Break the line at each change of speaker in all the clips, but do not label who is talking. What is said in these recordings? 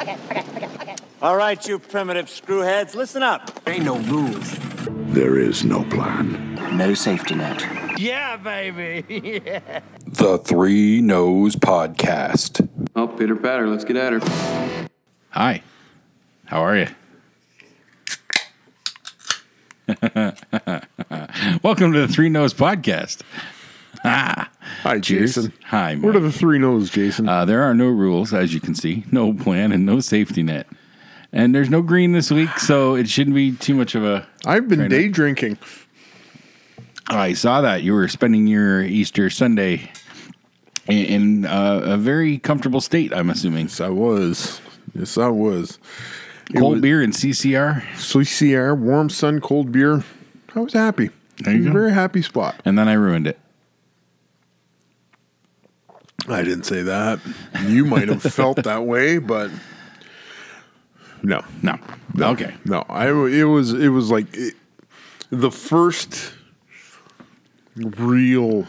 okay, okay, okay, okay.
All right, you primitive screwheads, listen up.
Ain't no rules.
There is no plan.
No safety net.
Yeah, baby. yeah.
The Three Nose Podcast.
Oh, Peter Patter, let's get at her.
Hi. How are you? Welcome to the Three Nose Podcast. Ah.
Hi, Jason.
Hi,
What are the three no's, Jason?
Uh, there are no rules, as you can see, no plan, and no safety net. And there's no green this week, so it shouldn't be too much of a. Oh,
I've been day drinking.
I saw that you were spending your Easter Sunday in, in uh, a very comfortable state. I'm assuming
Yes, I was. Yes, I was. It
cold
was-
beer and CCR,
CCR, warm sun, cold beer. I was happy.
There
It
you
was
go.
a very happy spot.
and then I ruined it.
I didn't say that. You might have felt that way, but no,
No. Okay.
no. I it was it was like it, the first real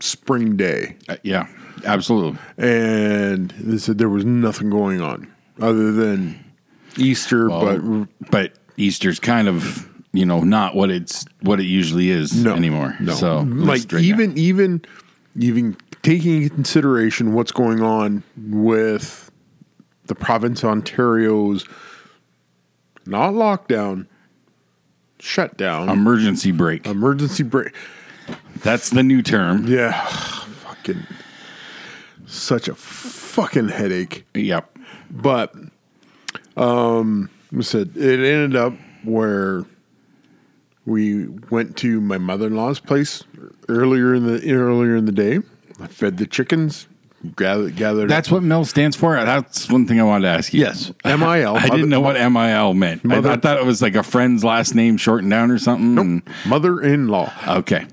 spring day,
Uh, yeah. Absolutely.
and they said there was nothing going on other than Easter, but
Well, but Easter's kind of you know not what it's what it usually is
no
anymore.
No. Mm-hmm.
So let's
like
straighten
even even even taking into consideration what's going on with the province of Ontario's not lockdown, shutdown,
out. emergency break.
emergency break.
That's the new term.
Yeah, fucking such a fucking headache.
Yep.
But um I said it ended up where we went to my mother-in-law's place earlier in the earlier in the day. I fed the chickens, gathered gathered
That's what MIL stands for. That's one thing I wanted to ask you.
Yes, MIL.
I didn't know what MIL meant. I- I,
Mother-
thought it was like a friend's last name shortened down or something.
Nope. mother-in-law.
Okay.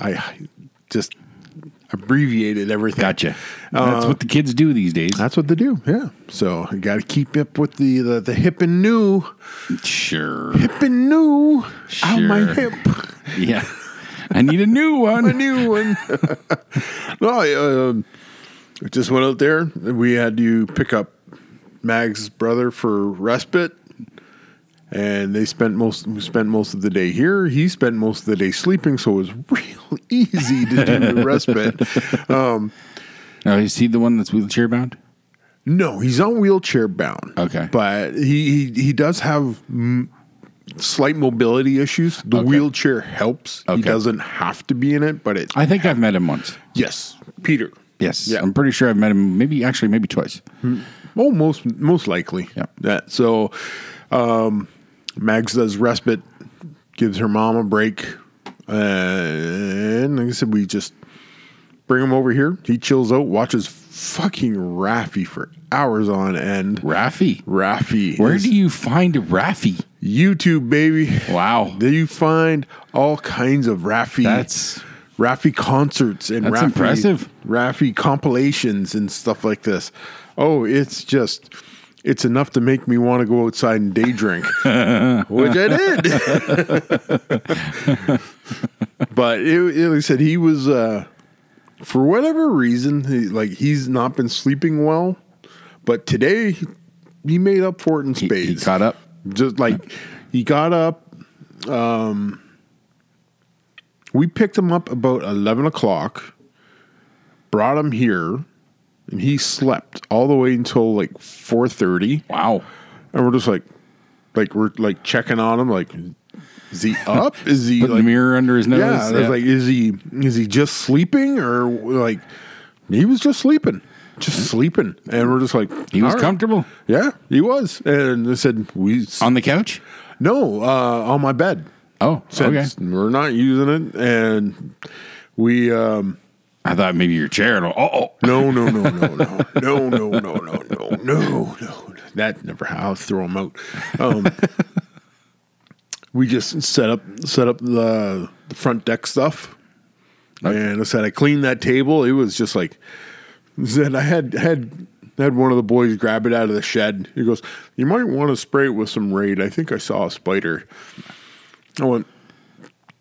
I just abbreviated everything.
Gotcha. That's
Uh,
what the kids do these days.
That's what they do. Yeah. So I got to keep up with the, the the hip and new,
Sure.
hip and new. Out my
Sure.
hip.
Yeah. I need a new
a
one.
new one. no, I um, just went out there. We had to pick up Mag's brother for respite, and they spent most we spent most of the day here. He spent most of the day sleeping, so it was real easy to do the respite. Um,
Oh, is he the one that's wheelchair bound?
no, he's on wheelchair bound.
Okay.
but he he, he does have. M- Slight mobility issues. The
Okay.
wheelchair helps. He
Okay.
doesn't have to be in it, but it.
I think I've met him once.
yes, Peter.
Yes.
Yeah.
I'm pretty sure I've met him maybe actually maybe twice.
Oh, most most likely.
Yeah.
That so, um, Mags does respite, gives her mom a break, and like I said, we just bring him over here. He chills out, watches fucking Raffy for hours on end.
Rafi.
Raffy,
Where
is
do you find Rafi?
YouTube baby?
Wow.
There you find all kinds of Raffy.
That's
Rafi concerts and
That's
Rafi,
impressive.
Rafi compilations and stuff like this. Oh, it's just it's enough to make me want to go outside and day drink, which I did. but it, it- like I said, he was uh, for whatever reason, he, like he's not been sleeping well, but today he- he made up for it in
he,
spades
he caught up.
just like he got up um we picked him up about 11 o'clock brought him here and he slept all the way until like 4.30
Wow.
and we're just like like we're like checking on him like is he up is he
Putting
like
the mirror under his nose.
yeah, yeah. like is he is he just sleeping or like he was just sleeping just sleeping and we're just like
Mm-hmm. he was
all right.
comfortable
yeah he was and they said we
on the couch.
no, uh, on my bed.
Oh, okay.
Since we're not using it, and we um,
I thought maybe your chair. And oh,
no, no, no, no, no, no, no, no, no, no, no, no. That never. I'll throw them out. Um, we just set up set up the, the front deck stuff, and I said I cleaned that table. It was just like said I had had. Had one of the boys grab it out of the shed. He goes, "You might want to spray it with some raid." I think I saw a spider. I went,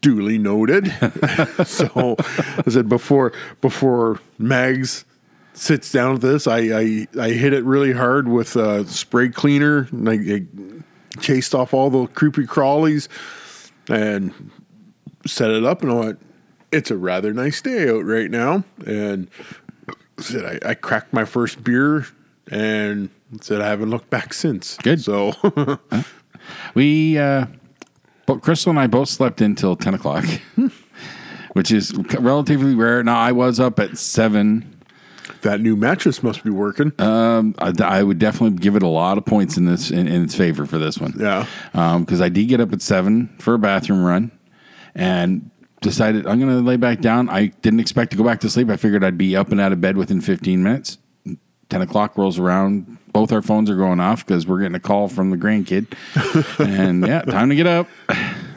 duly noted. so I said before before Mags sits down with this. I I, I hit it really hard with uh, spray cleaner, and I, I chased off all the creepy crawlies, and set it up. And I went, "It's a rather nice day out right now." And said I, I cracked my first beer, and said I haven't looked back since.
Good.
So
We, uh, but Crystal and I both slept in till 10 o'clock, which is relatively rare. Now, I was up at 7.
that new mattress must be working.
I, I would definitely give it a lot of points in this in, in its favor for this one.
Yeah.
Because Um, I did get up at 7 for a bathroom run and decided I'm going to lay back down. I didn't expect to go back to sleep. I figured I'd be up and out of bed within 15 minutes. 10 o'clock rolls around. Both our phones are going off because we're getting a call from the grandkid. and yeah, time to get up.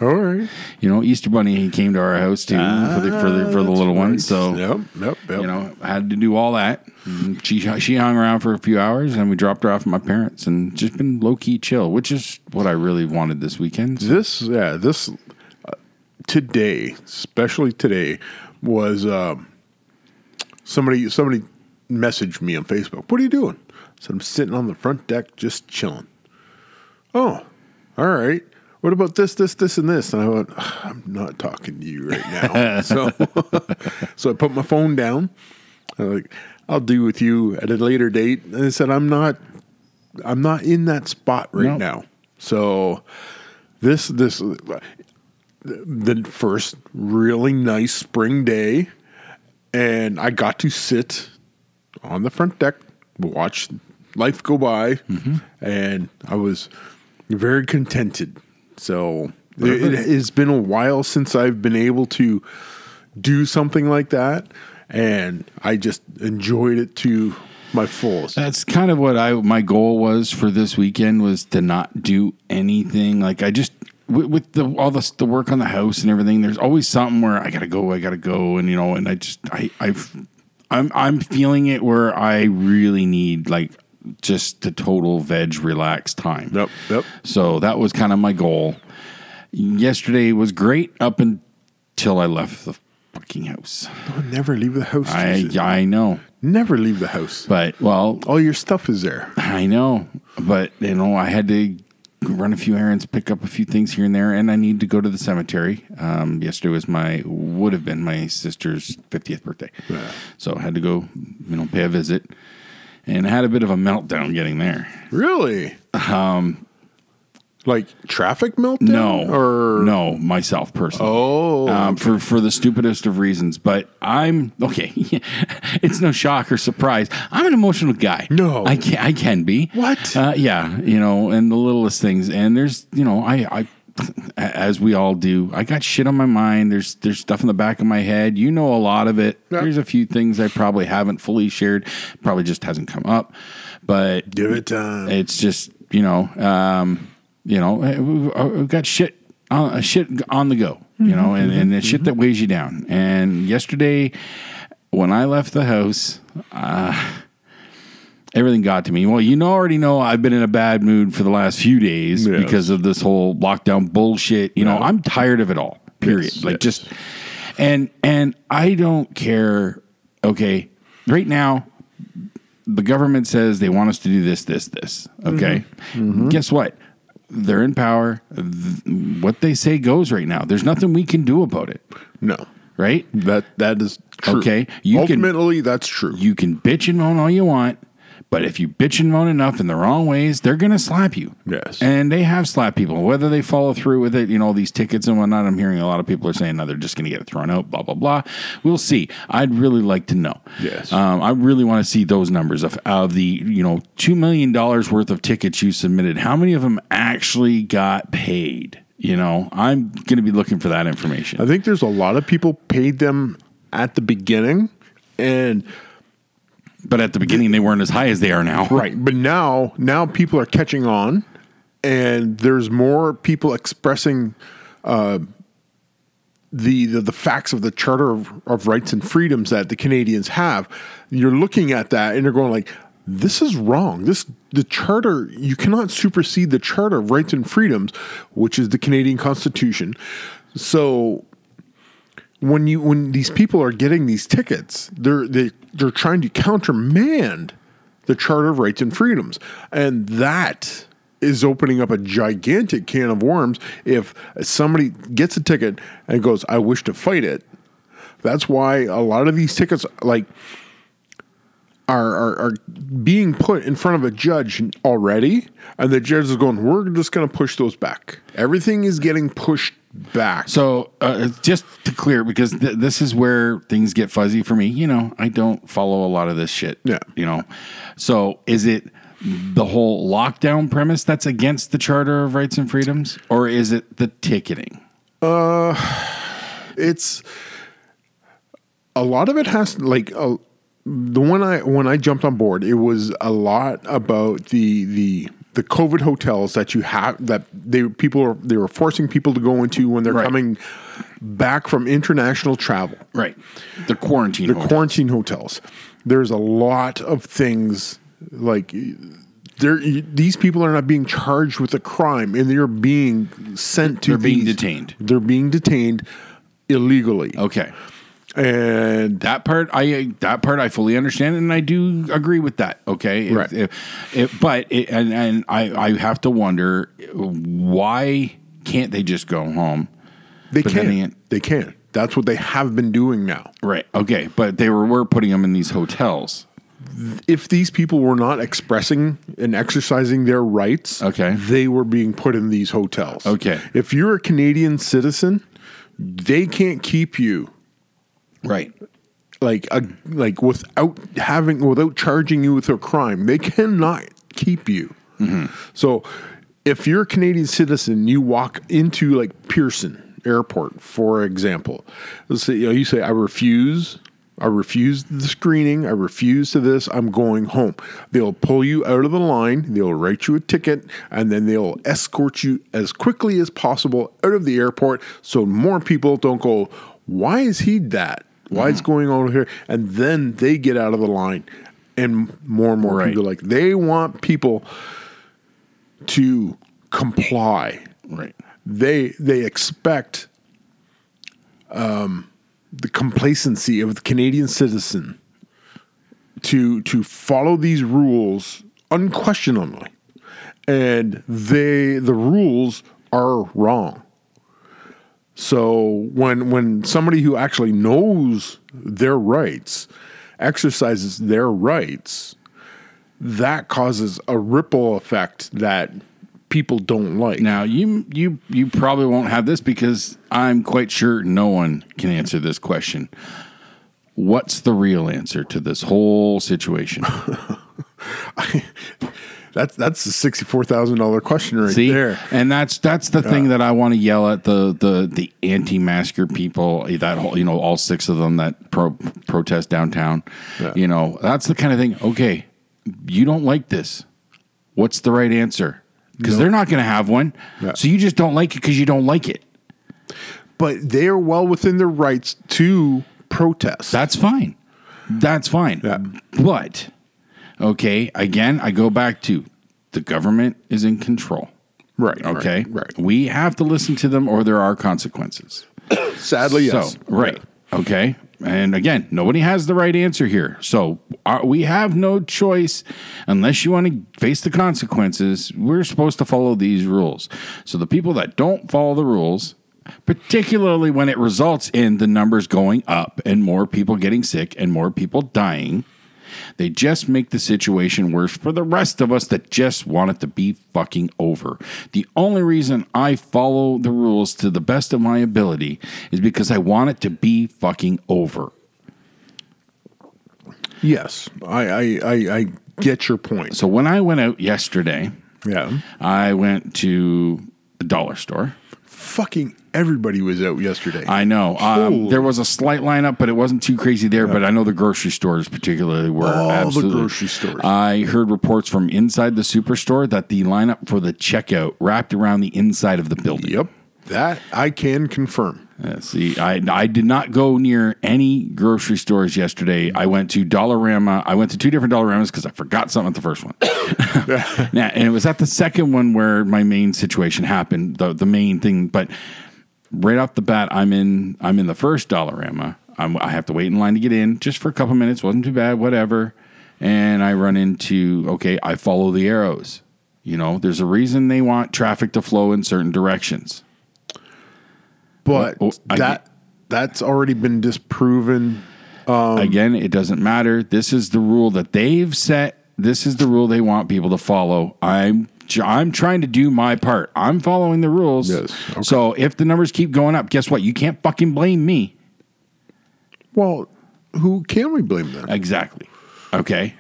all right.
You know, Easter Bunny he came to our house too for the for the, for the little one. So
Yep. Yep. Ah, Yep.
you know, I had to do all that. And She she hung around for a few hours, and we dropped her off at my parents, and just been low key chill, which is what I really wanted this weekend. So,
this yeah this uh, today especially today was um, somebody somebody messaged me on facebook what are you doing i said i'm sitting on the front deck just chilling oh all right what about this this this and this and i went "Ugh, i'm not talking to you right now so so i put my phone down i was like i'll do with you at a later date and i said i'm not i'm not in that spot right
No.
now so this this the first really nice spring day and I got to sit on the front deck, watch life go by, and I was very contented. So it, it has been a while since I've been able to do something like that, and I just enjoyed it to my fullest.
that's kind of what I my goal was for this weekend was to not do anything. Like I just with, with the all the the work on the house and everything. There's always something where I gotta go, I gotta go, and you know, and I just I I've I'm I'm feeling it where I really need like just the total veg relax time.
Yep, yep.
So that was kind of my goal. Yesterday was great up until I left the fucking house.
I'll Oh, never leave the house.
I
Jesus.
I know,
never leave the house.
but well,
All your stuff is there.
I know, but you know, I had to run a few errands, pick up a few things here and there, and I need to go to the cemetery. Um, yesterday was my would have been my sister's fiftieth birthday, so I had to go, you know, pay a visit, and I had a bit of a meltdown getting there.
Really? Um, like traffic meltdown?
No,
or
no, myself personally.
Oh,
um, for for the stupidest of reasons. But I'm okay. it's no shock or surprise. I'm an emotional guy.
No.
I can I can be.
What?
Uh, yeah, you know, and the littlest things. And there's you know I I. As we all do, I got shit on my mind. There's there's stuff in the back of my head. You know a lot of it.
Yeah.
There's a few things I probably haven't fully shared. Probably just hasn't come up. But
give it time.
it's just you know um you know eh, we've, uh, we've got shit on uh, shit on the go you know and, and the shit that weighs you down and yesterday when i left the house uh Everything got to me. Well, you know, already know I've been in a bad mood for the last few days
Yes.
because of this whole lockdown bullshit. You know, I'm tired of it all. Period.
Yes,
like
yes.
just and and I don't care. Okay, right now the government says they want us to do this, this, this. Okay.
Mm-hmm.
Guess what? They're in power. Th- what they say goes right now. There's nothing we can do about it,
No,
right?
that that is true.
Okay, you can-
ultimately that's true.
You can bitch and moan all you want, but if you bitch and moan enough in the wrong ways, they're going to slap you.
Yes.
And they have slapped people. Whether they follow through with it, you know, these tickets and whatnot, I'm hearing a lot of people are saying, no, they're just going to get it thrown out, blah, blah, blah. We'll see. I'd really like to know.
Yes.
Um, I really want to see those numbers of, of the, you know, $2 million worth of tickets you submitted. How many of them actually got paid? You know, I'm going to be looking for that information.
I think there's a lot of people paid them at the beginning, and
but at the beginning, they weren't as high as they are now.
right, but now now people are catching on, and there's more people expressing uh, the, the the facts of the Charter of, of Rights and Freedoms that the Canadians have. You're looking at that, and you're going like. This is wrong. This the charter. You cannot supersede the Charter of Rights and Freedoms, which is the Canadian Constitution. So when you when these people are getting these tickets, they're they they're trying to countermand the Charter of Rights and Freedoms, and that is opening up a gigantic can of worms. If somebody gets a ticket and goes, "I wish to fight it," that's why a lot of these tickets like are, are, are being put in front of a judge already, and the judge is going, "We're just going to push those back." Everything is getting pushed back.
So uh, just to clear, because th- this is where things get fuzzy for me. You know, I don't follow a lot of this shit.
Yeah.
You know, so is it the whole lockdown premise that's against the Charter of Rights and Freedoms, or is it the ticketing?
it's a lot of it has like a, the one I when I jumped on board, it was a lot about the the the COVID hotels that you have that they people are they were forcing people to go into when they're
Right.
coming back from international travel.
Right. The quarantine.
The
order.
quarantine hotels. There's a lot of things like there. These people are not being charged with a crime, and they're being sent to.
They're being
these-
detained.
They're being detained illegally,
okay.
and
That part I that part I fully understand and I do agree with that. Okay, If-
Right.
if- if- but it, and and I I have to wonder why can't they just go home?
they
But then again-
can. They can. That's what they have been doing now.
Right. Okay. But they were were putting them in these hotels.
If these people were not expressing and exercising their rights,
Okay.
they were being put in these hotels.
Okay.
If you're a Canadian citizen, they can't keep you
Right.
like a, like without having without charging you with a crime they cannot keep you so if you're a canadian citizen you walk into like pearson airport for example let's say you, know, you say i refuse i refuse the screening i refuse to this i'm going home they'll pull you out of the line they'll write you a ticket and then they'll escort you as quickly as possible out of the airport so more people don't go why is he that why it's going on here and then they get out of the line and more and more
Right.
people like they want people to comply
Right.
they they expect um, the complacency of the Canadian citizen to to follow these rules unquestionably, and they the rules are wrong. So when when somebody who actually knows their rights exercises their rights, that causes a ripple effect that people don't like.
Now you you you probably won't have this because I'm quite sure no one can answer this question. What's the real answer to this whole situation?
That's that's a sixty four thousand dollar question right
See,
there.
and that's that's the thing that I want to yell at the the the anti-masker people. eh, That whole, you know, all six of them that pro- protest downtown.
Yeah.
You know, that's the kind of thing. Okay, you don't like this. What's the right answer? Because they're not going to have one.
Yeah.
So you just don't like it because you don't like it.
But they are well within their rights to protest.
That's fine. That's fine.
Yeah.
But okay, again, I go back to the government is in control.
right.
Okay.
Right. right.
We have to listen to them or there are consequences.
Sadly, yes.
So, right. Okay. And again, nobody has the right answer here. So uh, we have no choice unless you want to face the consequences. We're supposed to follow these rules. So the people that don't follow the rules, particularly when it results in the numbers going up and more people getting sick and more people dying, they just make the situation worse for the rest of us that just want it to be fucking over. The only reason I follow the rules to the best of my ability is because I want it to be fucking over.
Yes. I, I I I get your point.
So when I went out yesterday,
yeah.
I went to the dollar store.
Fucking everybody was out yesterday.
I know um,
Ooh.
there was a slight lineup, but it wasn't too crazy there. But I know the grocery stores, particularly, were
All the
absolutely.
grocery stores.
I heard reports from inside the superstore that the lineup for the checkout wrapped around the inside of the building.
yep. That I can confirm.
Uh, see, I I did not go near any grocery stores yesterday. I went to Dollarama. I went to two different Dollaramas because I forgot something at the first one. now, and it was at the second one where my main situation happened, the the main thing. But right off the bat, I'm in. I'm in the first Dollarama. I'm, I have to wait in line to get in, just for a couple minutes. wasn't too bad, whatever. And I run into okay. I follow the arrows. You know, there's a reason they want traffic to flow in certain directions.
But
Oh, I-
that that's already been disproven. Um,
Again, it doesn't matter. This is the rule that they've set. This is the rule they want people to follow. I'm I'm trying to do my part. I'm following the rules.
Yes, okay.
So if the numbers keep going up, guess what? You can't fucking blame me.
Well, who can we blame then?
Exactly. Okay. Uh,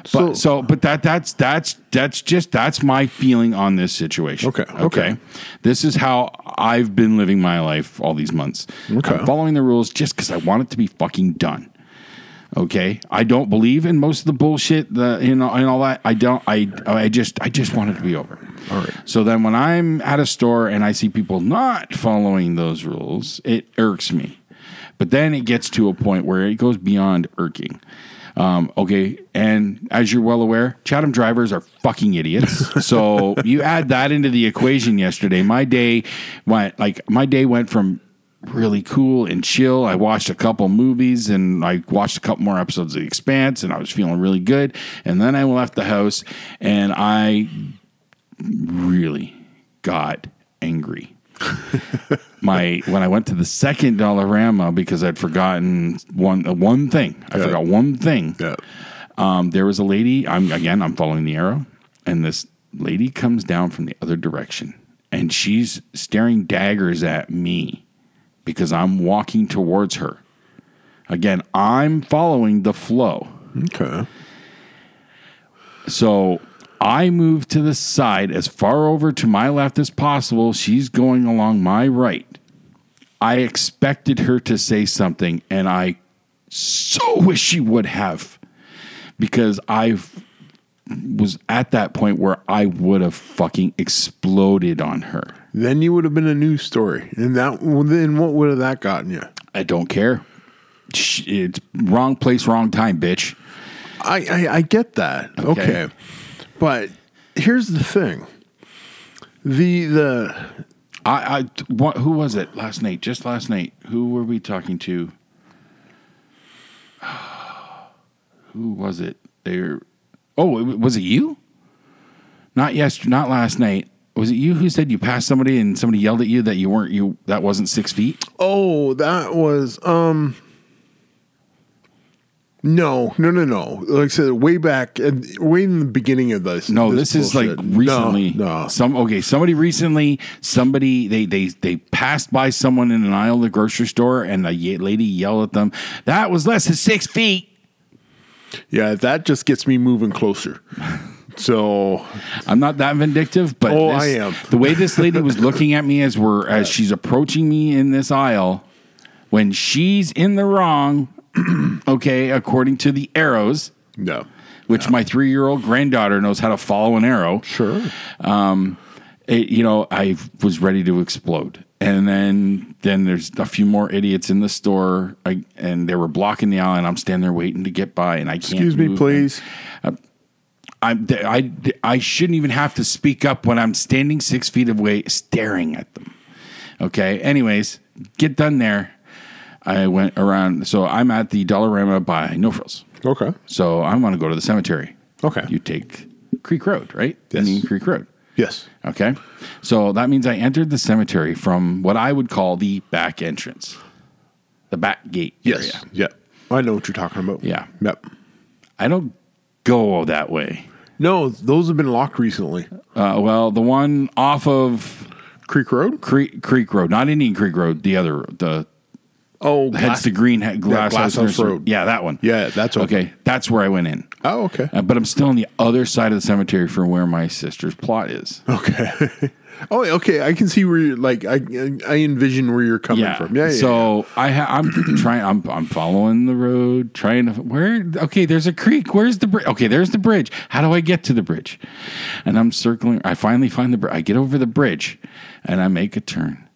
But
So-
so, but that that's that's that's just that's my feeling on this situation.
Okay,
Okay.
okay.
This is how I've been living my life all these months.
Okay.
I'm following the rules just because I want it to be fucking done. Okay. I don't believe in most of the bullshit the you know and all that. I don't I I just I just want it to be over.
All right.
So then when I'm at a store and I see people not following those rules, it irks me. But then it gets to a point where it goes beyond irking. Um, okay, and as you're well aware, Chatham drivers are fucking idiots. So you add that into the equation yesterday. My day went like my day went from really cool and chill. I watched a couple movies and I watched a couple more episodes of The Expanse and I was feeling really good. And then I left the house and I really got angry. My when I went to the second Dollarama because I'd forgotten one uh, one thing. I
Yeah.
forgot one thing.
Yeah.
Um, there was a lady. I'm again. I'm following the arrow, and this lady comes down from the other direction, and she's staring daggers at me because I'm walking towards her. Again, I'm following the flow.
Okay.
So I move to the side as far over to my left as possible. She's going along my right. I expected her to say something, and I so wish she would have because I f- was at that point where I would have fucking exploded on her.
Then you would have been a news story, and that well, then what would have that gotten you?
I don't care. Sh- It's wrong place, wrong time, bitch.
I, I, I get that. Okay.
Okay.
But here's the thing. The the
I, I what, who was it last night? Just last night. Who were we talking to? who was it? There. Oh, it- was it you? Not yesterday. Not last night. Was it you who said you passed somebody and somebody yelled at you that you weren't you that wasn't six feet?
oh, that was um no, no, no, no. Like I said, way back, and way in the beginning of this.
No, this, is like
bullshit. No,
recently.
No,
Some okay, somebody recently, somebody they they they passed by someone in an aisle of the grocery store and a ye- lady yelled at them. That was less than six feet.
yeah, that just gets me moving closer. So
I'm not that vindictive, but
Oh,
this-
I am.
The way this lady was looking at me as we're as she's approaching me in this aisle, when she's in the wrong, okay, according to the arrows,
no,
which my three year old granddaughter knows how to follow an arrow.
sure.
It, you know, I was ready to explode. And then, then there's a few more idiots in the store, I, and they were blocking the aisle, and I'm standing there waiting to get by, and I can't.
Excuse me,
move.
please.
I'm, th- I, th- I shouldn't even have to speak up when I'm standing six feet away staring at them. Okay. Anyways, get done there. I went around. So I'm at the Dollarama by No Frills.
Okay.
So I want to go to the cemetery.
Okay.
You take Creek Road, right?
Yes.
Indian Creek Road.
Yes.
Okay. So that means I entered the cemetery from what I would call the back entrance, the back gate.
Yes.
area.
Yeah. I know what you're talking about.
Yeah.
Yep.
I don't go that way.
No, those have been locked recently.
Uh, well, the one off of
Creek Road?
Creek, Creek Road, not Indian Creek Road, the other, the
Oh,
heads to Green he- Glass,
Glass
House
House
Nursery.
Road.
Yeah, that one.
Yeah, that's open.
okay. That's where I went in,
Oh, okay.
Uh, but I'm still on the other side of the cemetery from where my sister's plot is.
Okay. oh, okay. I can see where you're like I I envision where you're coming from. Yeah, yeah. yeah.
so I ha- I'm trying. I'm I'm following the road, trying to where. Okay, there's a creek. Where's the bridge? Okay, there's the bridge. How do I get to the bridge? And I'm circling. I finally find the. Br- I get over the bridge, and I make a turn.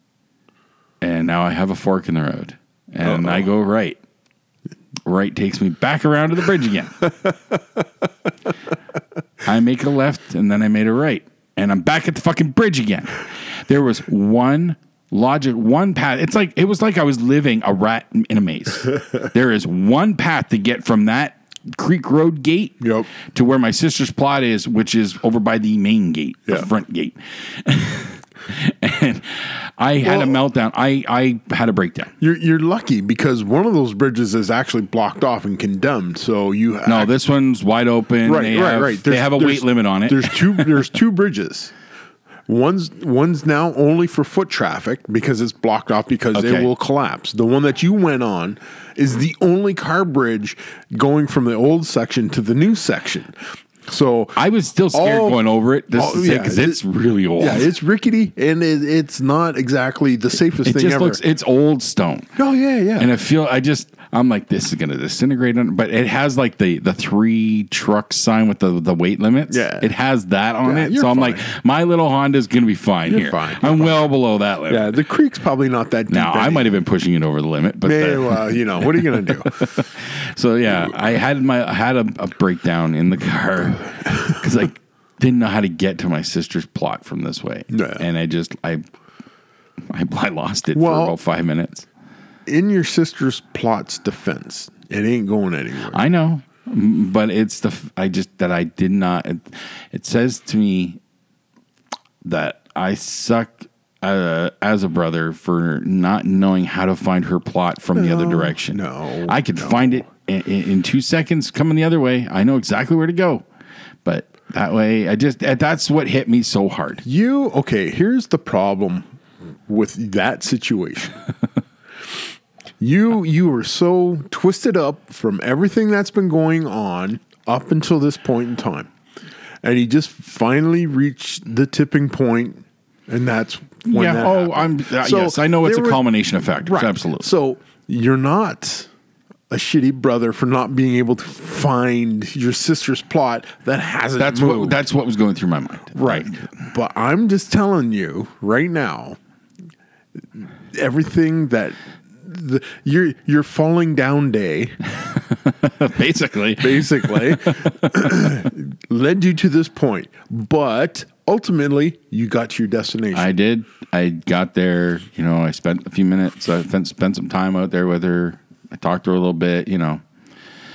And now I have a fork in the road, and I go right. Right takes me back around to the bridge again. I make a left and then I made a right. And I'm back at the fucking bridge again. There was one logic one path it's like it was like i was living a rat in a maze there is one path to get from that creek road gate
Yep.
to where my sister's plot is which is over by the main gate
Yeah.
the front gate and i had a
Well-
meltdown i i had a breakdown
You're you're lucky because one of those bridges is actually blocked off and condemned. So you
no this one's wide open
Uh, right
they
right
have,
right.
they
There's-
have a
there's-
weight limit on it
There's two there's two bridges. One's one's now only for foot traffic because it's blocked off because
Okay.
it will collapse. The one that you went on is the only car bridge going from the old section to the new section. So
I was still scared
All-
going over it. This
Oh,
is
yeah,
because
it-
it's really old.
yeah, it's rickety and it, it's not exactly the safest
it
thing
just
ever.
looks it's old stone.
oh yeah, yeah.
And I feel I just I'm like this is gonna disintegrate on but it has like the the three truck sign with the the weight limits.
Yeah.
It has that on
Yeah,
it.
you're
So I'm
fine.
like, my little Honda's gonna be fine
You're
here.
fine,
I'm well below that limit.
yeah, the creek's probably not that deep.
Now I might have been pushing it over the limit, but the-
Man, well, you know, what are you gonna do?
so yeah, I had my I had a, a breakdown in the car because I didn't know how to get to my sister's plot from this way,
Yeah.
and I just I I, I lost it
Well-
for about five minutes.
In your sister's plot's defense, it ain't going anywhere.
I know, m- but it's the f- I just that I did not. It, it says to me that I suck uh, as a brother for not knowing how to find her plot from the other direction.
no,
I could
no.
find it in, in, in two seconds coming the other way. I know exactly where to go, but that way I just that- that's what hit me so hard.
You okay? Here's the problem with that situation. you you were so twisted up from everything that's been going on up until this point in time, and you just finally reached the tipping point, and that's when
yeah.
that
Oh,
happened.
I'm uh,
So
yes. I know it's a
there were-
culmination of factors.
Right.
Absolutely.
So you're not a shitty brother for not being able to find your sister's plot that hasn't
that's
moved.
what that's what was going through my mind.
Right. But I'm just telling you right now, everything that the, your your falling down day
Basically.
basically led you to this point. But ultimately, you got to your destination.
I did. I got there. You know, I spent a few minutes. I spent, spent some time out there with her. I talked to her a little bit. You know,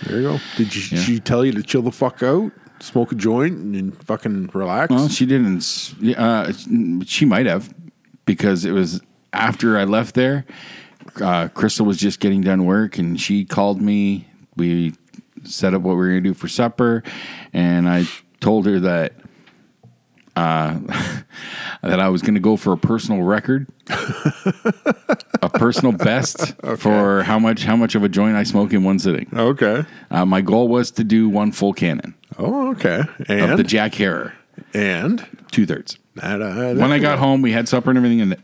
there you go. Did you, she tell you to chill the fuck out, smoke a joint, and then fucking relax?
well, she didn't. s- Uh, she might have because it was after I left there. Uh, Crystal was just getting done work, and she called me. We set up what we were going to do for supper, and I told her that uh, that I was going to go for a personal record. a personal best for how much how much of a joint I smoke in one sitting.
okay.
Uh, my goal was to do one full cannon
Oh, okay.
of
And
the Jack Harrer,
and
two thirds.
that, uh,
When I got home, we had supper and everything, and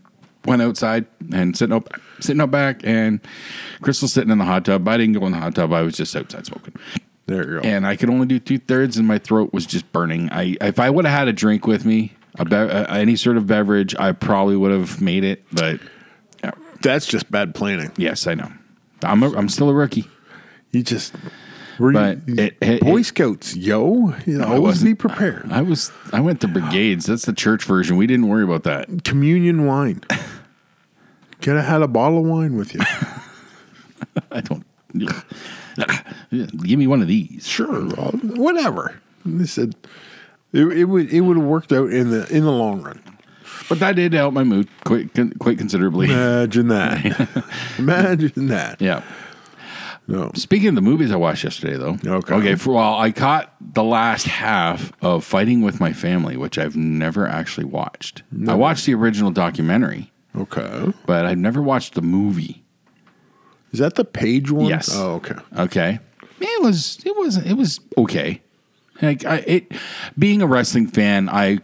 went outside and sitting up, sitting up back, and Crystal sitting in the hot tub. I didn't go in the hot tub; I was just outside smoking,
there you go.
and I could only do two thirds, and my throat was just burning. I if I would have had a drink with me, a be- uh, any sort of beverage, I probably would have made it. But
That's just bad planning.
yes, I know, I'm a, I'm still a rookie.
You just were
But
you,
it- it-
Boy
it-
Scouts, yo. You know, always be
wasn't-
prepared.
I was I went to brigades. That's the church version. We didn't worry about that.
Communion wine. Could have had a bottle of wine with you.
I don't. Give me one of these.
sure, well, whatever. They said it, it would it would have worked out in the in the long run.
But that did help my mood quite quite considerably.
Imagine that. Imagine that.
Yeah.
No.
Speaking of the movies I watched yesterday, though.
Okay.
Okay. For well, I caught the last half of Fighting with My Family, which I've never actually watched. I watched the original documentary,
Okay.
but I've never watched the movie.
Is that the page one?
Yes.
Oh, okay.
Okay. It was it was it was okay. Like I, it being a wrestling fan, I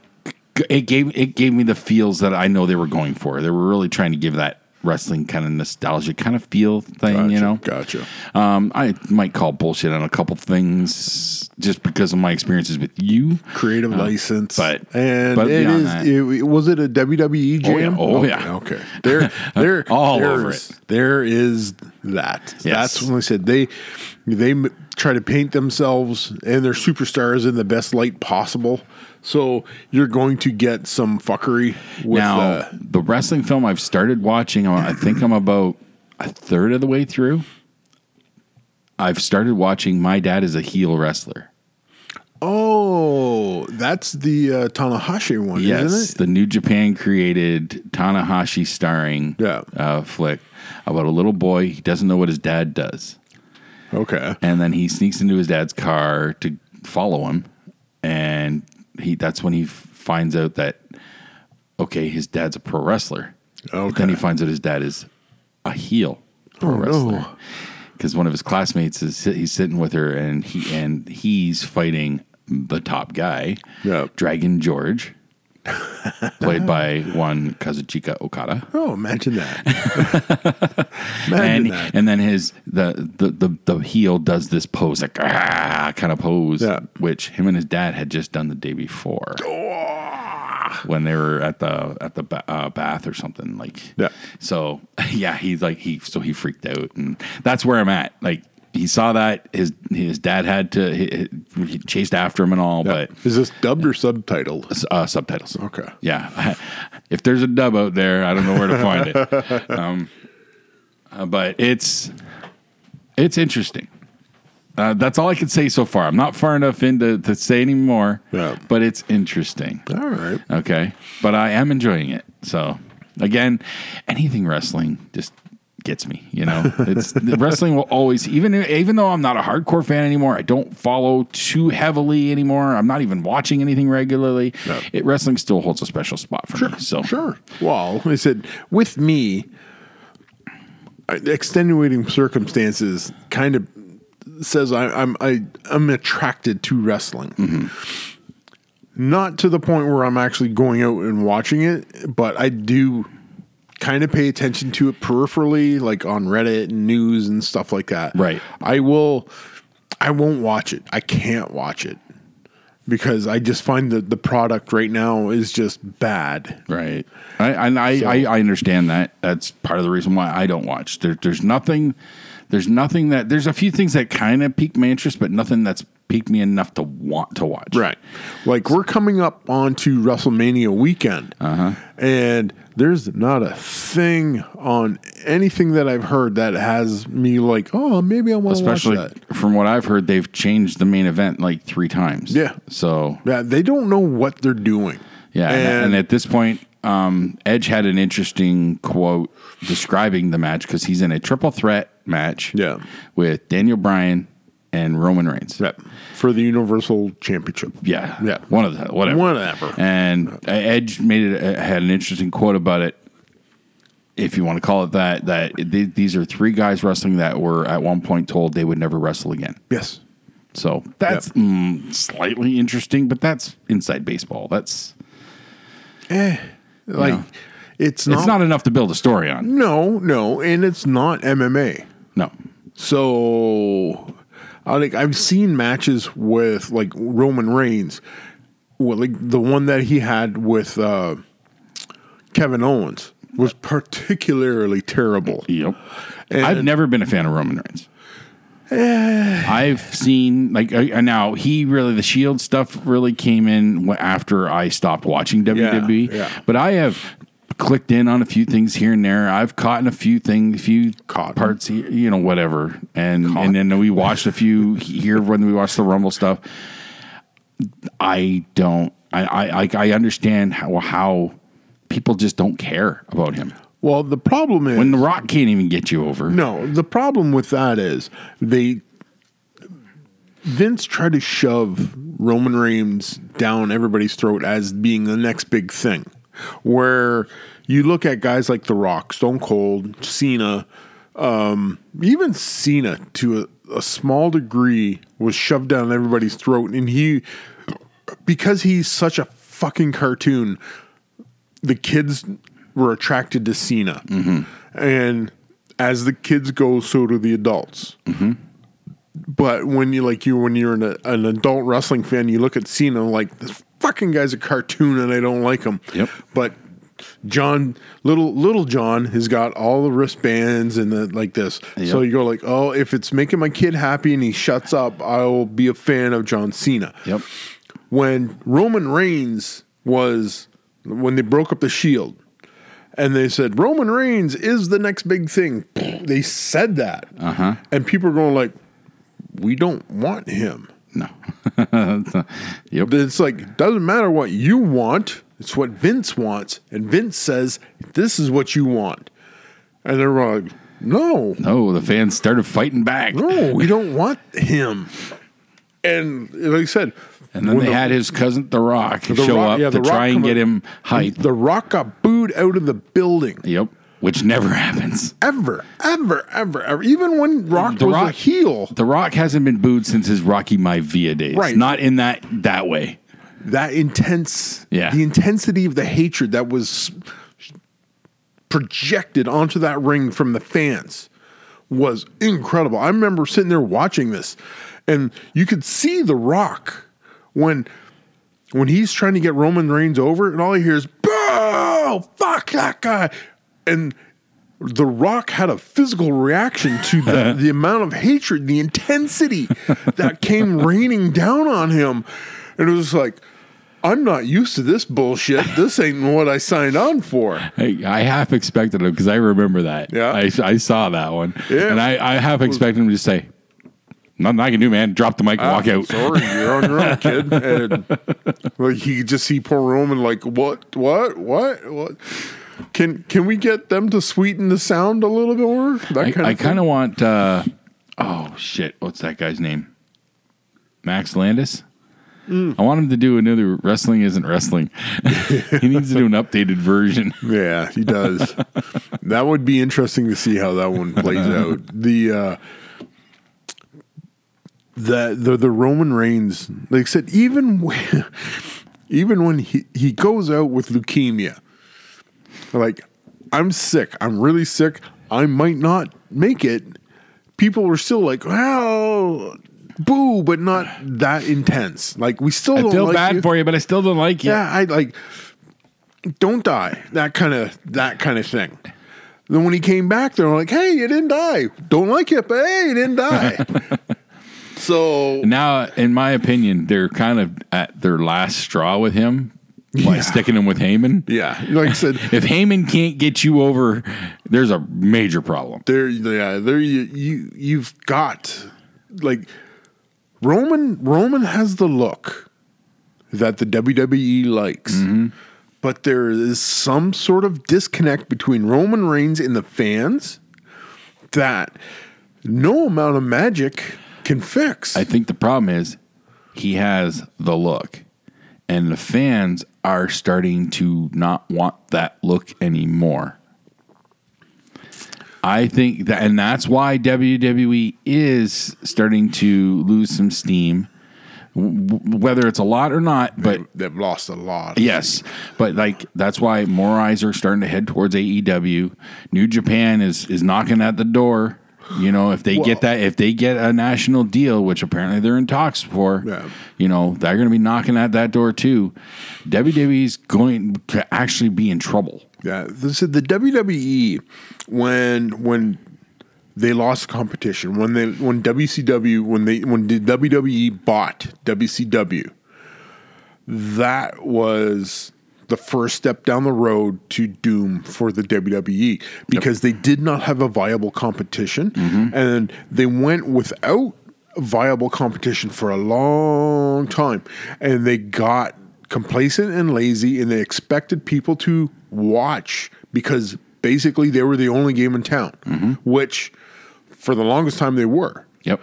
it gave it gave me the feels that I know they were going for. They were really trying to give that wrestling kind of nostalgia kind of feel thing,
Gotcha,
you know.
Gotcha.
Um, I might call bullshit on a couple things just because of my experiences with you.
Creative license,
Oh, but-
and
but
it
beyond
is.
that-
It, was it a WWE
Oh, yeah.
jam?
Oh,
okay.
yeah.
Okay. There, there,
All
there's-
over it.
There is that.
Yes.
That's when I said they, they m- try to paint themselves and their superstars in the best light possible. So you're going to get some fuckery with
now
uh,
the wrestling film I've started watching. I'm- I think I'm about a third of the way through. I've started watching. My dad is a heel wrestler.
Oh, that's the uh, Tanahashi one,
Yes,
isn't it?
the New Japan created Tanahashi starring
Yeah.
uh, flick about a little boy. He doesn't know what his dad does.
Okay.
and then he sneaks into his dad's car to follow him and he that's when he f- finds out that okay his dad's a pro wrestler But then
Okay.
he finds out his dad is a heel pro
Oh, no.
wrestler because one of his classmates is sit- he's sitting with her and he and he's fighting the top guy
Yep.
dragon george played by one kazuchika okada
Oh, imagine that. imagine
and
that.
and then his the, the the the heel does this pose like ah, kind of pose,
Yeah.
which him and his dad had just done the day before
Oh.
when they were at the at the ba- uh, bath or something like.
Yeah.
So yeah, he's like he so he freaked out, and that's where I'm at. Like he saw that his his dad had to he, he- he chased after him and all,
Yeah.
but
Is this dubbed or subtitled?
uh, subtitles.
Okay.
Yeah. if there's a dub out there, I don't know where to find it. Um, uh, but it's it's interesting. Uh, that's all I can say so far. I'm not far enough in to, to say any more,
Yeah.
but it's interesting.
All right.
Okay. But I am enjoying it. So, again, anything wrestling just gets me, you know. It's the wrestling will always even even though I'm not a hardcore fan anymore, I don't follow too heavily anymore. I'm not even watching anything regularly.
No.
It wrestling still holds a special spot for me. So,
Sure. Well, I said with me, I- extenuating circumstances kind of says I, I'm I, I'm attracted to wrestling. Not to the point where I'm actually going out and watching it, but I do kind of pay attention to it peripherally, like on Reddit and news and stuff like that.
Right.
I will. I won't watch it. I can't watch it because I just find that the product right now is just bad.
Right. I, and I, I, I understand that. That's part of the reason why I don't watch. There, there's nothing, there's nothing that, there's a few things that kind of pique my interest, but nothing that's piqued me enough to want to watch.
Like we're coming up onto WrestleMania weekend,
Uh-huh.
and there's not a thing on anything that I've heard that has me like, oh, maybe I want to watch
Especially
that.
from what I've heard, they've changed the main event like three times.
Yeah.
So,
Yeah, they don't know what they're doing.
yeah. And,
and,
and at this point, um, Edge had an interesting quote describing the match because he's in a triple threat match
Yeah.
with Daniel Bryan and Roman Reigns.
yeah, for the Universal Championship.
Yeah,
Yeah.
one of the whatever,
Whatever.
And uh, Edge made it uh, had an interesting quote about it, if you want to call it that. That th- these are three guys wrestling that were at one point told they would never wrestle again.
Yes.
So that's mm, slightly interesting, but that's inside baseball. That's
Like
Yeah.
it's not.
it's not enough to build a story on.
no, no, and it's not MMA.
No,
So I like I've seen matches with like Roman Reigns, well, like the one that he had with uh, Kevin Owens was particularly terrible.
Yep.
And-
I've never been a fan of Roman Reigns. I've seen like uh, uh, now he really the Shield stuff really came in wh- after I stopped watching WWE.
yeah.
But I have clicked in on a few things here and there. I've caught in a few things, few
Caught.
parts here, you know, whatever. And and then we watched a few here when we watched the Rumble stuff. I don't. I I I- I understand how how people just don't care about him.
Well, the problem is
When The Rock can't even get you over.
no. The problem with that is they Vince tried to shove Roman Reigns down everybody's throat as being the next big thing. Where you look at guys like The Rock, Stone Cold, Cena, um, even Cena to a, a small degree was shoved down everybody's throat and he because he's such a fucking cartoon the kids were attracted to Cena
Mm-hmm.
and as the kids go so do the adults
Mm-hmm.
but when you like you when you're an, an adult wrestling fan you look at Cena like this fucking guy's a cartoon and I don't like him
Yep.
but John little little John has got all the wristbands and the like this. So
Yep.
you go like, oh, if it's making my kid happy and he shuts up, I will be a fan of John Cena.
Yep.
when Roman Reigns was when they broke up the Shield, and they said Roman Reigns is the next big thing. They said that,
Uh-huh.
and people are going like, "We don't want him."
No. yep.
But it's like doesn't matter what you want. It's what Vince wants, and Vince says this is what you want, and they're like, "No,
No, the fans started fighting back.
no, we don't want him." And like I said,
And then
when
they
the-
had his cousin The Rock show
Rock-
up
yeah,
to
The Rock
try and
come
get
up-
him hype.
The Rock got booed out of the building.
yep. Which never happens.
Ever, ever, ever, ever. Even when Rock
The
was
Rock-
a heel,
The Rock hasn't been booed since his Rocky Maivia days.
Right.
Not in that that way.
that intense,
Yeah.
the intensity of the hatred that was projected onto that ring from the fans was incredible. I remember sitting there watching this, and you could see The Rock when when he's trying to get Roman Reigns over, and all he hears, "Boo! Fuck that guy!" and The Rock had a physical reaction to the, the amount of hatred, the intensity that came raining down on him, and it was just like, "I'm not used to this bullshit. This ain't what I signed on for."
Hey, I half expected him because I remember that.
Yeah.
I, I saw that one.
Yeah.
And I, I half expected him to say, Nothing I can do, man. Drop the mic and walk
Ah,
out.
Sorry, you're on your own, kid. And like he could just see poor Roman like, what, what, what, what? Can can we get them to sweeten the sound a little bit more? That
I, I kind
thing.
of want, uh, oh shit, what's that guy's name? Max Landis?
Mm.
I want him to do another Wrestling Isn't Wrestling. he needs to do an updated version.
Yeah, he does. that would be interesting to see how that one plays out. The uh the the the Roman Reigns, like I said, even when, even when he he goes out with leukemia, like I'm sick, I'm really sick, I might not make it. People were still like, well, boo, but not that intense. Like we still
I
don't
feel
like
bad
you.
for you, but I still don't like you.
Yeah, I like don't die. That kind of that kind of thing. Then when he came back, they were like, "Hey, you didn't die. Don't like it, but hey, you didn't die." so
Now, in my opinion, they're kind of at their last straw with him by
Yeah.
sticking him with Heyman.
yeah, like I said,
If Heyman can't get you over, there's a major problem.
there, yeah, there you, you you've got like Roman. Roman has the look that the WWE likes. But there is some sort of disconnect between Roman Reigns and the fans that no amount of magic can fix.
I think the problem is he has the look, and the fans are starting to not want that look anymore. I think that, and that's why WWE is starting to lose some steam, w- w- whether it's a lot or not. But
They've lost a lot.
Yes, but like that's why more eyes are starting to head towards AEW. New Japan is is knocking at the door. You know, if they get that, if they get a national deal, which apparently they're in talks for,
Yeah.
you know, they're going to be knocking at that door too. WWE's going to actually be in trouble.
Yeah, this is the WWE when when they lost competition when they when WCW when they when the WWE bought WCW. That was the first step down the road to doom for the WWE because they did not have a viable competition and they went without viable competition for a long time and they got complacent and lazy and they expected people to watch because basically they were the only game in town which for the longest time they were
Yep.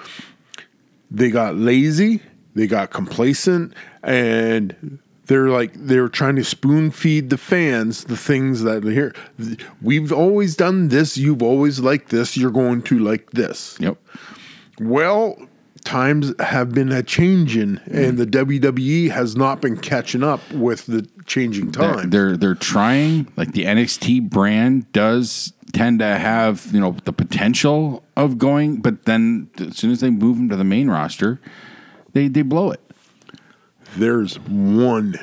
they got lazy, they got complacent, and they're like they're trying to spoon feed the fans the things that they hear. We've always done this. You've always liked this. You're going to like this.
Yep.
Well, times have been a changing, and the WWE has not been catching up with the changing
They're,
times.
they're they're trying. Like the NXT brand does tend to have you know the potential of going, but then as soon as they move them to the main roster, they they blow it.
there's one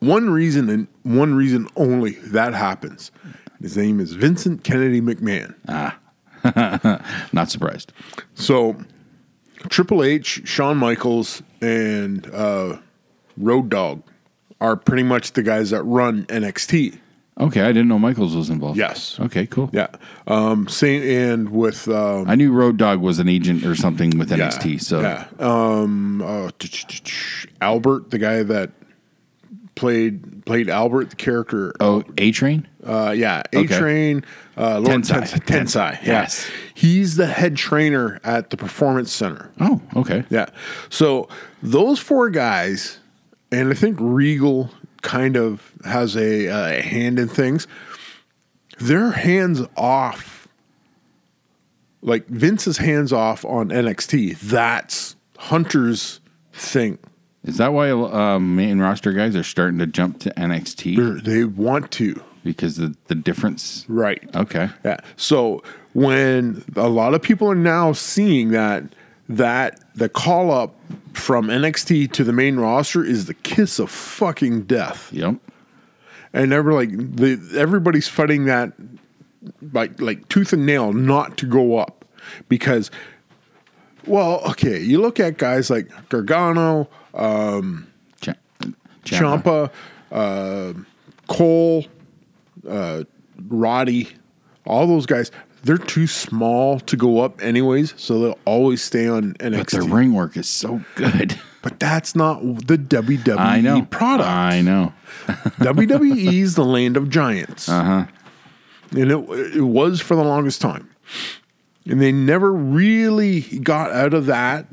one reason and one reason only that happens. His name is Vincent Kennedy McMahon.
Not surprised.
So, Triple H, Shawn Michaels, and uh, Road Dog are pretty much the guys that run NXT.
Okay, I didn't know Michaels was involved.
Yes.
Okay, cool.
Yeah. Um, same and with um,
I knew Road Dog was an agent or something with
yeah,
NXT. So
yeah. Um, uh, Albert, the guy that played played Albert, the character.
oh, A Train.
Uh, yeah, A Train, uh, Lord
Tensai.
Tensai. Tensai, yeah.
Yes.
he's the head trainer at the Performance Center.
Oh, okay.
Yeah. So those four guys, and I think Regal kind of has a uh, hand in things. They're hands off. Like Vince is hands off on NXT. That's Hunter's thing.
Is that why uh, main roster guys are starting to jump to NXT
They're, they want to.
because the the difference?
Right.
Okay.
Yeah. So when a lot of people are now seeing that that the call up from NXT to the main roster is the kiss of fucking death.
Yep.
and every like the everybody's fighting that like like tooth and nail not to go up because well okay you look at guys like Gargano,
Ch-
Champa, uh, Cole, uh, Roddy, all those guys they're too small to go up anyways so they'll always stay on
But their
NXT. But,
ring work is so good.
that's not the WWE
I know.
product.
I know.
WWE's E the land of giants.
Uh-huh.
And it, it was for the longest time. And they never really got out of that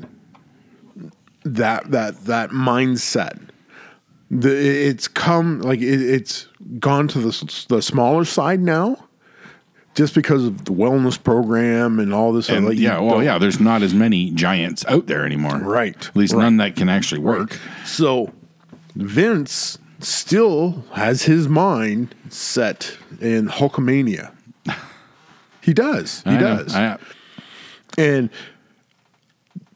that that that mindset. The, it's come like it, it's gone to the s- the smaller side now, just because of the wellness program and all this.
And
like, you
yeah, well,
don't-
yeah. There's not as many giants out there anymore.
Right,
At least none that can actually work.
So Vince still has his mind set in Hulkamania. He does. He
I know.
does.
I-
And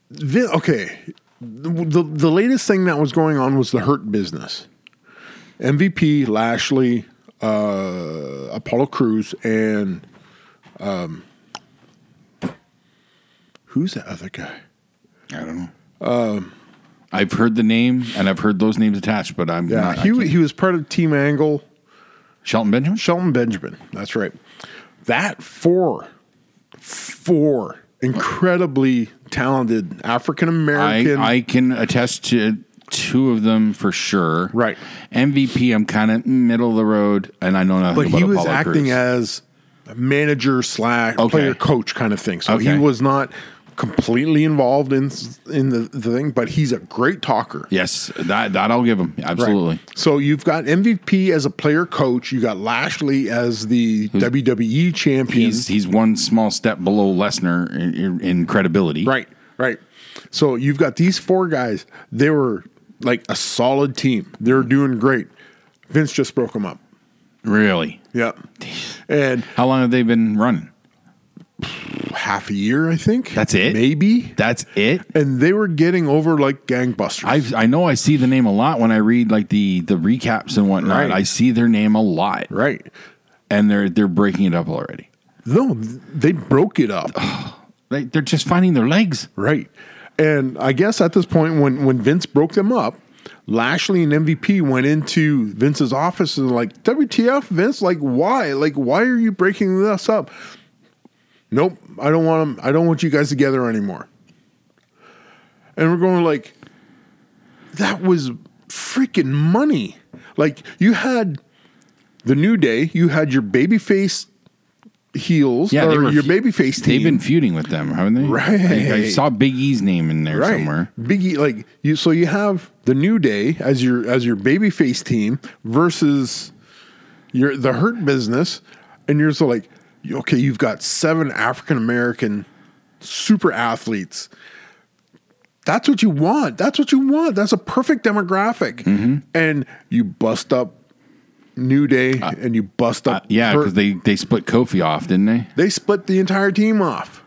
Vin, okay, the, the the latest thing that was going on was the Hurt business. MVP, Lashley, uh, Apollo Cruz, and um, who's that other guy?
I don't know. Um, I've heard the name and I've heard those names attached, but I'm
Yeah,
not. I
he, wa-
can't-
he was part of Team Angle.
Shelton Benjamin.
Shelton Benjamin. That's right. That four, four incredibly talented African
I,
American.
I can attest to two of them for sure.
Right.
MVP, I'm kind of middle of the road, and I know nothing
but
about
he was
Apollo
acting
Crews.
as a manager slash
Okay.
player coach kind of thing. So
Okay.
he was not completely involved in in the, the thing, but he's a great talker.
Yes, that, that I'll give him.
Right.
Absolutely.
So you've got MVP as a player coach. You got Lashley as the WWE champion.
He's he's one small step below Lesnar in, in, in credibility.
Right, right. So you've got these four guys. They were like a solid team. they were doing great. Vince just broke them up.
Really.
Yeah. And
How long have they been running?
half a year, I think.
That's it?
Maybe.
That's it.
And they were getting over like gangbusters.
I I know I see the name a lot when I read like the the recaps and whatnot.
Right.
I see their name a lot,
right.
and they're they're breaking it up already.
No, they broke it up.
They, they're just finding their legs.
Right. And I guess at this point, when, when Vince broke them up, Lashley and MVP went into Vince's office and like, WTF, Vince? Like, why? Like, why are you breaking this up? Nope, I don't want them. I don't want you guys together anymore. And we're going like, that was freaking money. Like you had the New Day, you had your babyface heels,
Yeah,
or
they were
your
fe-
babyface team.
They've been feuding with them, haven't they?
Right.
I, I saw Big E's name in there somewhere.
Biggie, like you, so you have the New Day as your as your babyface team versus your the Hurt Business, and you're so like, okay, you've got seven African American super athletes. That's what you want. That's what you want. That's a perfect demographic.
Mm-hmm.
And you bust up New Day, and you bust up
Uh, Yeah,
Hurt.
because they, they split Kofi off, didn't they?
they split the entire team off.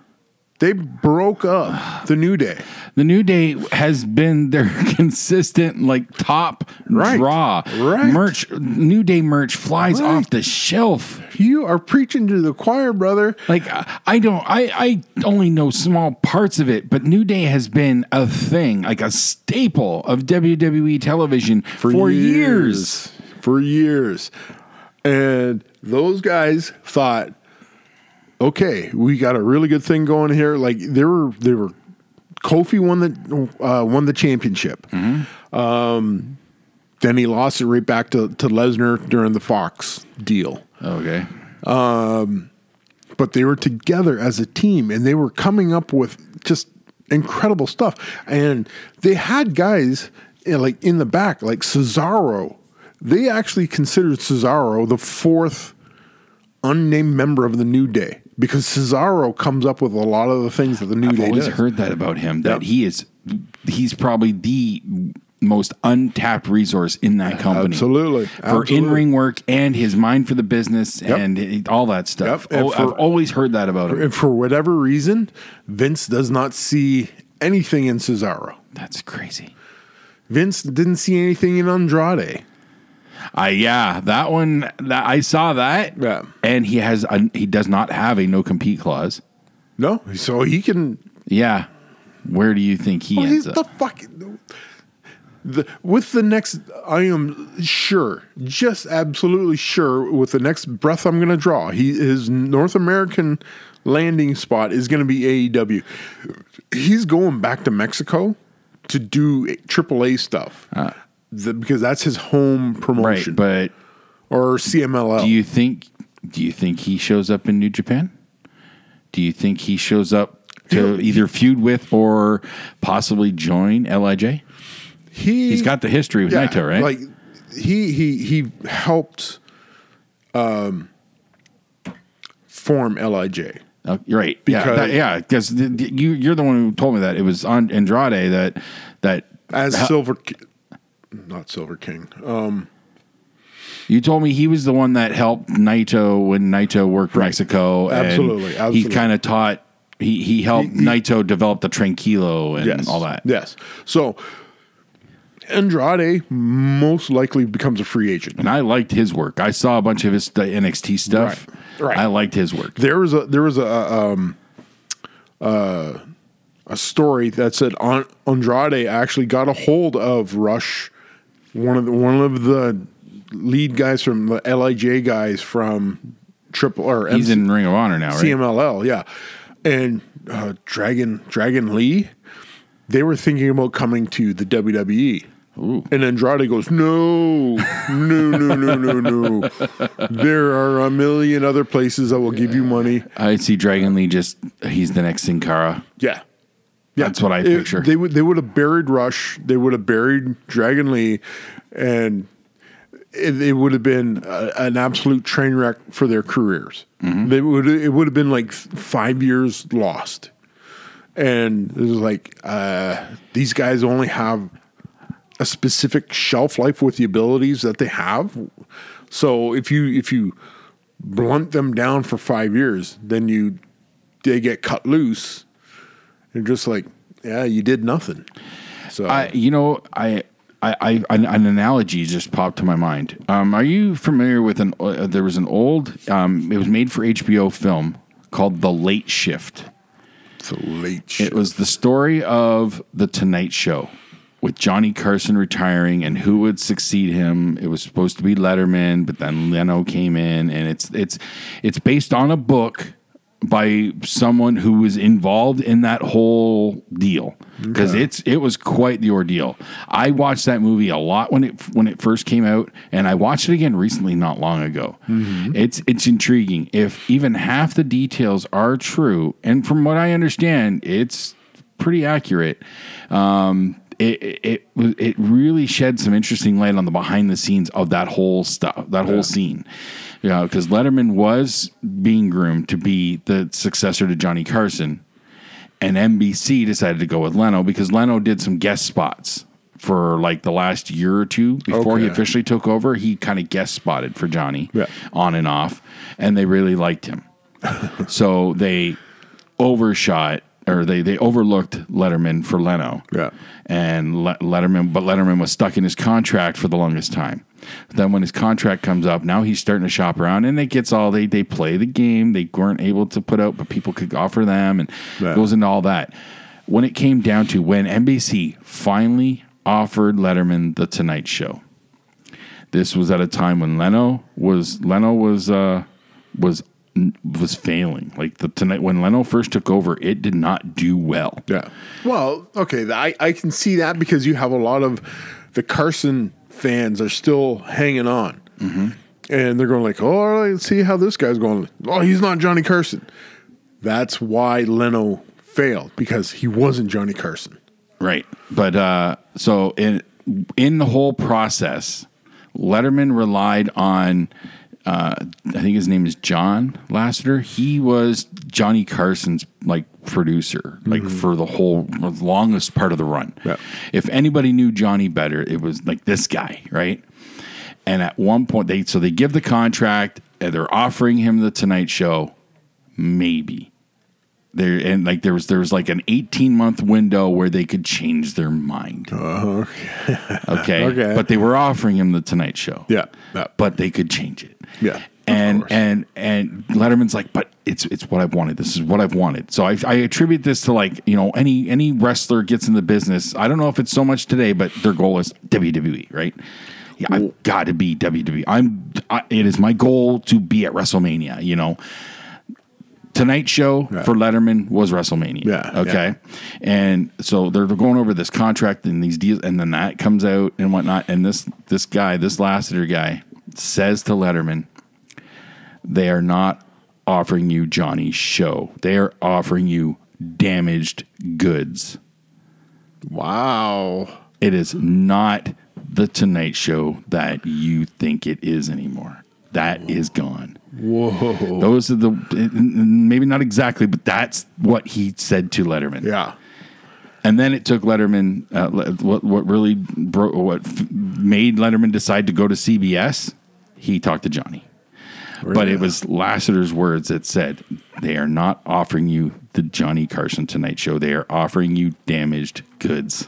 They broke up the New Day.
The New Day has been their consistent like top
Right.
draw.
Right.
Merch New Day merch flies
Right.
off the shelf.
You are preaching to the choir, brother.
Like I- I don't I I only know small parts of it, but New Day has been a thing, like a staple of WWE television for, years.
For years. And those guys thought, okay, we got a really good thing going here. Like they were, they were. Kofi won the uh, won the championship. Um, then he lost it right back to to Lesnar during the Fox deal.
Okay.
but they were together as a team and they were coming up with just incredible stuff. And they had guys you know, like in the back, like Cesaro. They actually considered Cesaro the fourth unnamed member of the New Day because Cesaro comes up with a lot of the things that the New
I've
Day
always
does.
heard that about him. That
Yep.
he is he's probably the most untapped resource in that company.
Absolutely.
For
Absolutely.
in ring work and his mind for the business
Yep.
and it- all that stuff.
Yep. And
Oh,
for-
I've always heard that about him.
And for whatever reason, Vince does not see anything in Cesaro.
That's crazy.
Vince didn't see anything in Andrade.
I yeah, that one that I saw that.
Yeah.
And he has a, he does not have a no compete clause.
No, so he can
Yeah. Where do you think he
Well, he's
ends
the
up?
fucking the, with the next. I am sure, just absolutely sure, with the next breath I'm going to draw, he his North American landing spot is going to be AEW. He's going back to Mexico to do AAA stuff. The- because that's his home
Uh. right,
promotion
but
or CMLL.
Do you think? Do you think he shows up in New Japan? Do you think he shows up to either feud with or possibly join Lij?
he,
He's got the history with Naito, right?
Like he he he helped um, form Lij.
Oh, you're right. yeah,
Because-
that- yeah. Because you you're the one who told me that it was on Andrade that that
as
how-
Silver, Ki- not Silver King. Uh,
you told me he was the one that helped Naito when Naito worked Mexico. and
Absolutely,
He
absolutely.
kind of taught. He he helped Naito develop the tranquilo and all that.
Yes. So Andrade most likely becomes a free agent.
and I liked his work. I saw a bunch of his st- NXT stuff.
Right, right.
I liked his work.
There was a there was a um, uh, a story that said An- Andrade actually got a hold of Rush, one of the one of the lead guys from the Lij guys from Triple or
He's
MC
in Ring of Honor now, right?
CMLL, yeah, and uh, Dragon Dragon Lee, they were thinking about coming to the WWE. And Andrade goes, no, no, no, no, no, no. There are a million other places that will give you money.
I see Dragon Lee just he's the next Sin Cara.
Yeah, yeah.
That's what I
It-
picture.
They would they would have buried Rush. They would have buried Dragon Lee, and it, it would have been a, an absolute train wreck for their careers.
Mm-hmm.
They would it would have been like five years lost, and it was like uh, these guys only have a specific shelf life with the abilities that they have. So if you if you blunt them down for five years, then you they get cut loose. You're just like, yeah, you did nothing. So
I, you know, I, I, I an, an analogy just popped to my mind. Um, are you familiar with an? Uh, there was an old. Um, it was made for HBO film called The Late Shift.
it's a late
It was the story of the Tonight Show with Johnny Carson retiring and who would succeed him. It was supposed to be Letterman, but then Leno came in, and it's it's it's based on a book by someone who was involved in that whole deal because it's it was quite the ordeal. I watched that movie a lot when it when it first came out, and I watched it again recently, not long ago. It's it's intriguing. If even half the details are true, and from what I understand, it's pretty accurate. Um, it, it it was- it really shed some interesting light on the behind the scenes of that whole stuff, that whole scene. You know, because Letterman was being groomed to be the successor to Johnny Carson, and NBC decided to go with Leno because Leno did some guest spots for like the last year or two before he
Okay.
officially took over. He kind of guest spotted for Johnny
Yeah.
on and off, and they really liked him. so they overshot or they they overlooked Letterman for Leno.
Yeah.
And Le- Letterman, but Letterman was stuck in his contract for the longest time. Then when his contract comes up, now he's starting to shop around, and it gets all they they play the game. They weren't able to put out, but people could offer them, and
Yeah.
goes into all that. When it came down to when NBC finally offered Letterman the Tonight Show, this was at a time when Leno was Leno was uh, was was failing. Like the tonight when Leno first took over, it did not do well.
Yeah. Well, okay, th- I, I can see that because you have a lot of the Carson fans are still hanging on. And they're going like, oh, all right, let's see how this guy's going. Oh, he's not Johnny Carson. That's why Leno failed because he wasn't Johnny Carson.
Right. But uh, so in in the whole process, Letterman relied on uh, I think his name is John Lasseter. He was Johnny Carson's like producer, like for the whole the longest part of the run.
Yeah.
If anybody knew Johnny better, it was like this guy, right? And at one point, they so they give the contract and they're offering him the Tonight Show, maybe there and like there was there was like an eighteen month window where they could change their mind.
Uh-huh.
okay,
Oh, Okay.
but they were offering him the Tonight Show.
Yeah, yeah.
but they could change it.
Yeah, of
and
course.
and and Letterman's like, but it's it's what I've wanted. This is what I've wanted. So I, I attribute this to like you know any any wrestler gets in the business. I don't know if it's so much today, but their goal is WWE, right? Yeah, I've got to be WWE. I'm. I, it is my goal to be at WrestleMania. You know, Tonight Show for Letterman was WrestleMania.
Yeah,
Okay. And so they're going over this contract and these deals, and then that comes out and whatnot. And this this guy, this Lasseter guy, says to Letterman, "They are not offering you Johnny's show. They are offering you damaged goods.
Wow.
It is not the Tonight Show that you think it is anymore. That is gone."
Whoa.
Those are the n- n- maybe not exactly, but that's what he said to Letterman.
Yeah.
And then it took Letterman. Uh, le- what what really bro- what f- made Letterman decide to go to CBS? He talked to Johnny, but it was Lasseter's words that said they are not offering you the Johnny Carson Tonight Show. They are offering you damaged goods,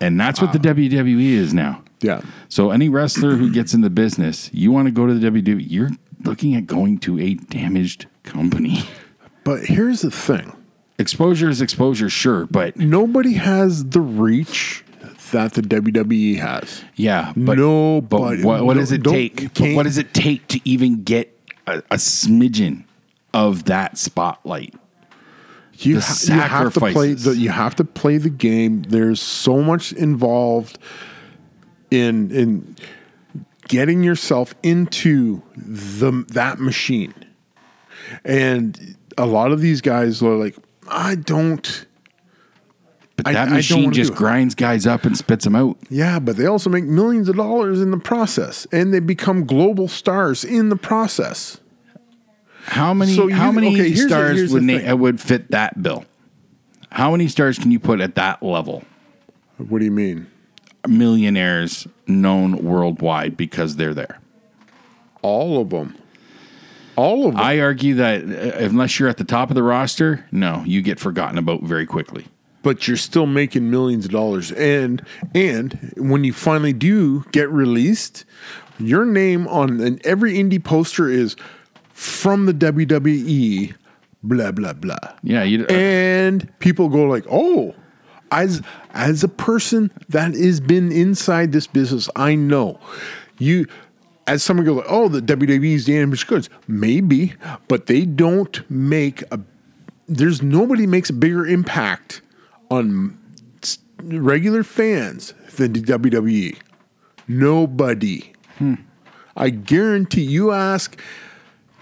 and that's what the WWE is now.
Yeah.
So any wrestler who gets in the business, you want to go to the WWE, you're looking at going to a damaged company.
But here's the thing
exposure is exposure, sure, but
nobody has the reach that the WWE has.
yeah, but
No,
but what, what does it take? But what does it take to even get a, a smidgen of that spotlight?
you,
the
ha- you have to play
sacrifices.
the you have to play the game. There's so much involved in in getting yourself into the that machine, and a lot of these guys are like, I don't.
But
I- I
that
don't
machine
wanna
just
do it.
grinds guys up and spits them out.
Yeah, but they also make millions of dollars in the process, and they become global stars in the process.
How many?
So
how
you-
many
okay, here's the-
stars
here's the
would na-
thing.
would fit that bill? How many stars can you put at that level?
What do you mean?
millionaires known worldwide because they're there.
All of them. All of them.
I argue that uh, unless you're at the top of the roster, no, you get forgotten about very quickly.
but you're still making millions of dollars and and when you finally do get released your name on and every indie poster is from the WWE blah blah blah
Yeah, you. uh,
and people go like oh as as a person that has been inside this business I know you as someone goes like, oh the WWE is damaged goods maybe but they don't make a there's nobody makes a bigger impact on s- regular fans than the WWE. Nobody. I guarantee you ask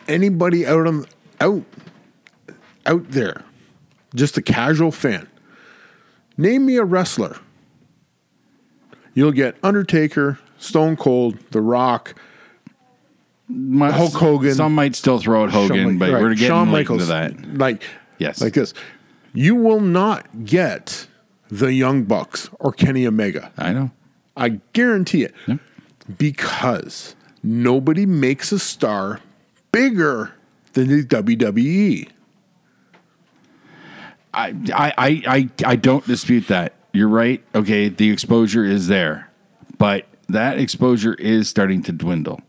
anybody out on out out there, just a casual fan. Name me a wrestler. You'll get Undertaker, Stone Cold, The Rock,
my-
Hulk Hogan-
Some might still throw out Hogan,
Shawn Mi-
but
right,
we're getting
Shawn
late into
Michaels,
that.
Like
Yes.
like this. You will not get the Young Bucks or Kenny Omega.
I know.
I guarantee it. Because nobody makes a E. star bigger than the WWE.
I, I, I, I, I don't dispute that. You're right. Okay, the exposure is there, but that exposure is starting to dwindle.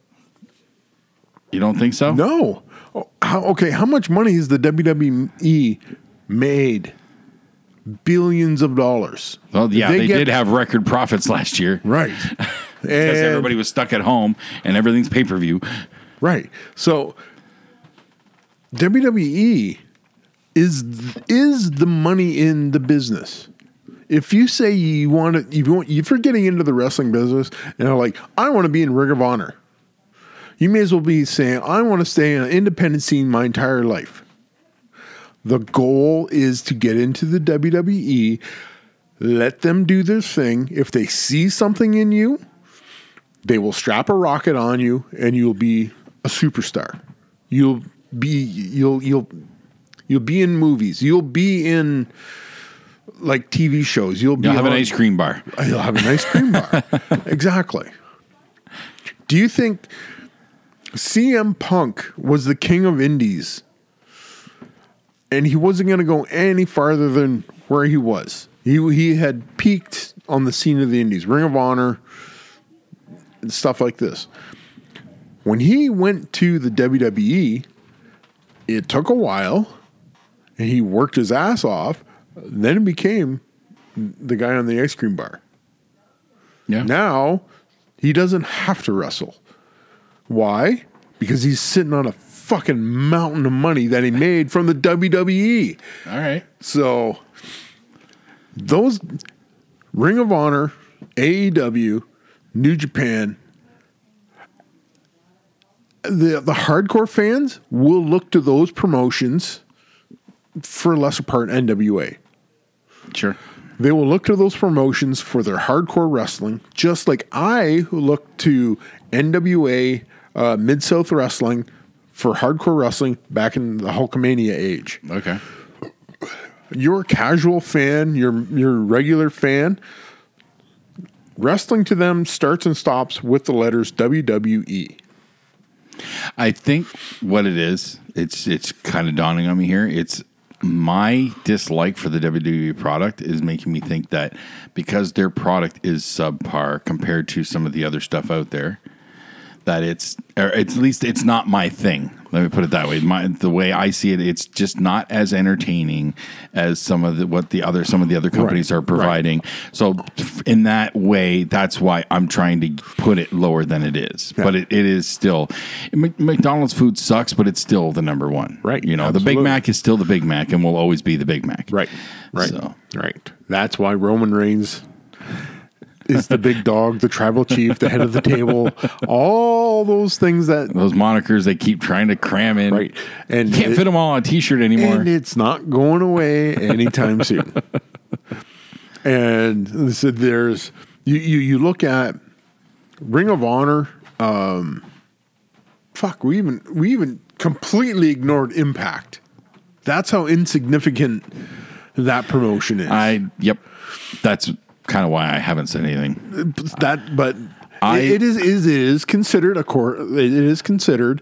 You don't think so?
No. Oh, How, okay, how much money has the WWE made? Billions of dollars.
Well, yeah, they,
get-
did have record profits last year
right. and
because everybody was stuck at home and everything's pay per view.
right. So WWE is is the money in the business. If you say you want to, if you want, if you're getting into the wrestling business and are like, I want to be in Ring of Honor, you may as well be saying, I want to stay in an independent scene my entire life. The goal is to get into the WWE, let them do their thing. If they see something in you, they will strap a rocket on you and you'll be a superstar. You'll be you'll you'll you'll be in movies. You'll be in like TV shows. You'll be
You'll have an
on-
ice cream bar.
You'll have an ice cream bar. exactly. Do you think CM Punk was the king of indies and he wasn't going to go any farther than where he was? He, he had peaked on the scene of the indies, Ring of Honor, and stuff like this. When he went to the WWE, it took a while and he worked his ass off. Then it became the guy on the ice cream bar.
Yeah.
Now he doesn't have to wrestle. Why? Because he's sitting on a fucking mountain of money that he made from the WWE.
All right.
So those Ring of Honor, AEW, New Japan, the the hardcore fans will look to those promotions for lesser part NWA.
Sure.
They will look to those promotions for their hardcore wrestling, just like I look to NWA, uh, Mid South Wrestling for hardcore wrestling back in the Hulkamania age.
Okay.
Your casual fan, your your regular fan, wrestling to them starts and stops with the letters E. WWE.
I think what it is, it's it's kind of dawning on me here. It's my dislike for the WWE product is making me think that because their product is subpar compared to some of the other stuff out there, that it's or it's, at least it's not my thing. Let me put it that way. My the way I see it, it's just not as entertaining as some of the, what the other some of the other companies are providing. So f- in that way, that's why I'm trying to put it lower than it is. But it, it is still Mc- McDonald's food sucks, but it's still the number one.
Right.
You know, the Big
Absolutely.
Mac is still the Big Mac and will always be the Big Mac.
Right.
So
Right. That's why Roman Reigns is the big dog, the tribal chief, the head of the table, all those things that
those monikers they keep trying to cram in.
Right. And
And can't
it-
fit them all on a t-shirt anymore.
and it's not going away anytime soon. And so there's you, you you look at Ring of Honor. Um, fuck, we even we even completely ignored Impact. That's how insignificant that promotion is.
I yep. That's kind of why I haven't said anything.
that but
I-
it, it is is it is considered a core it is considered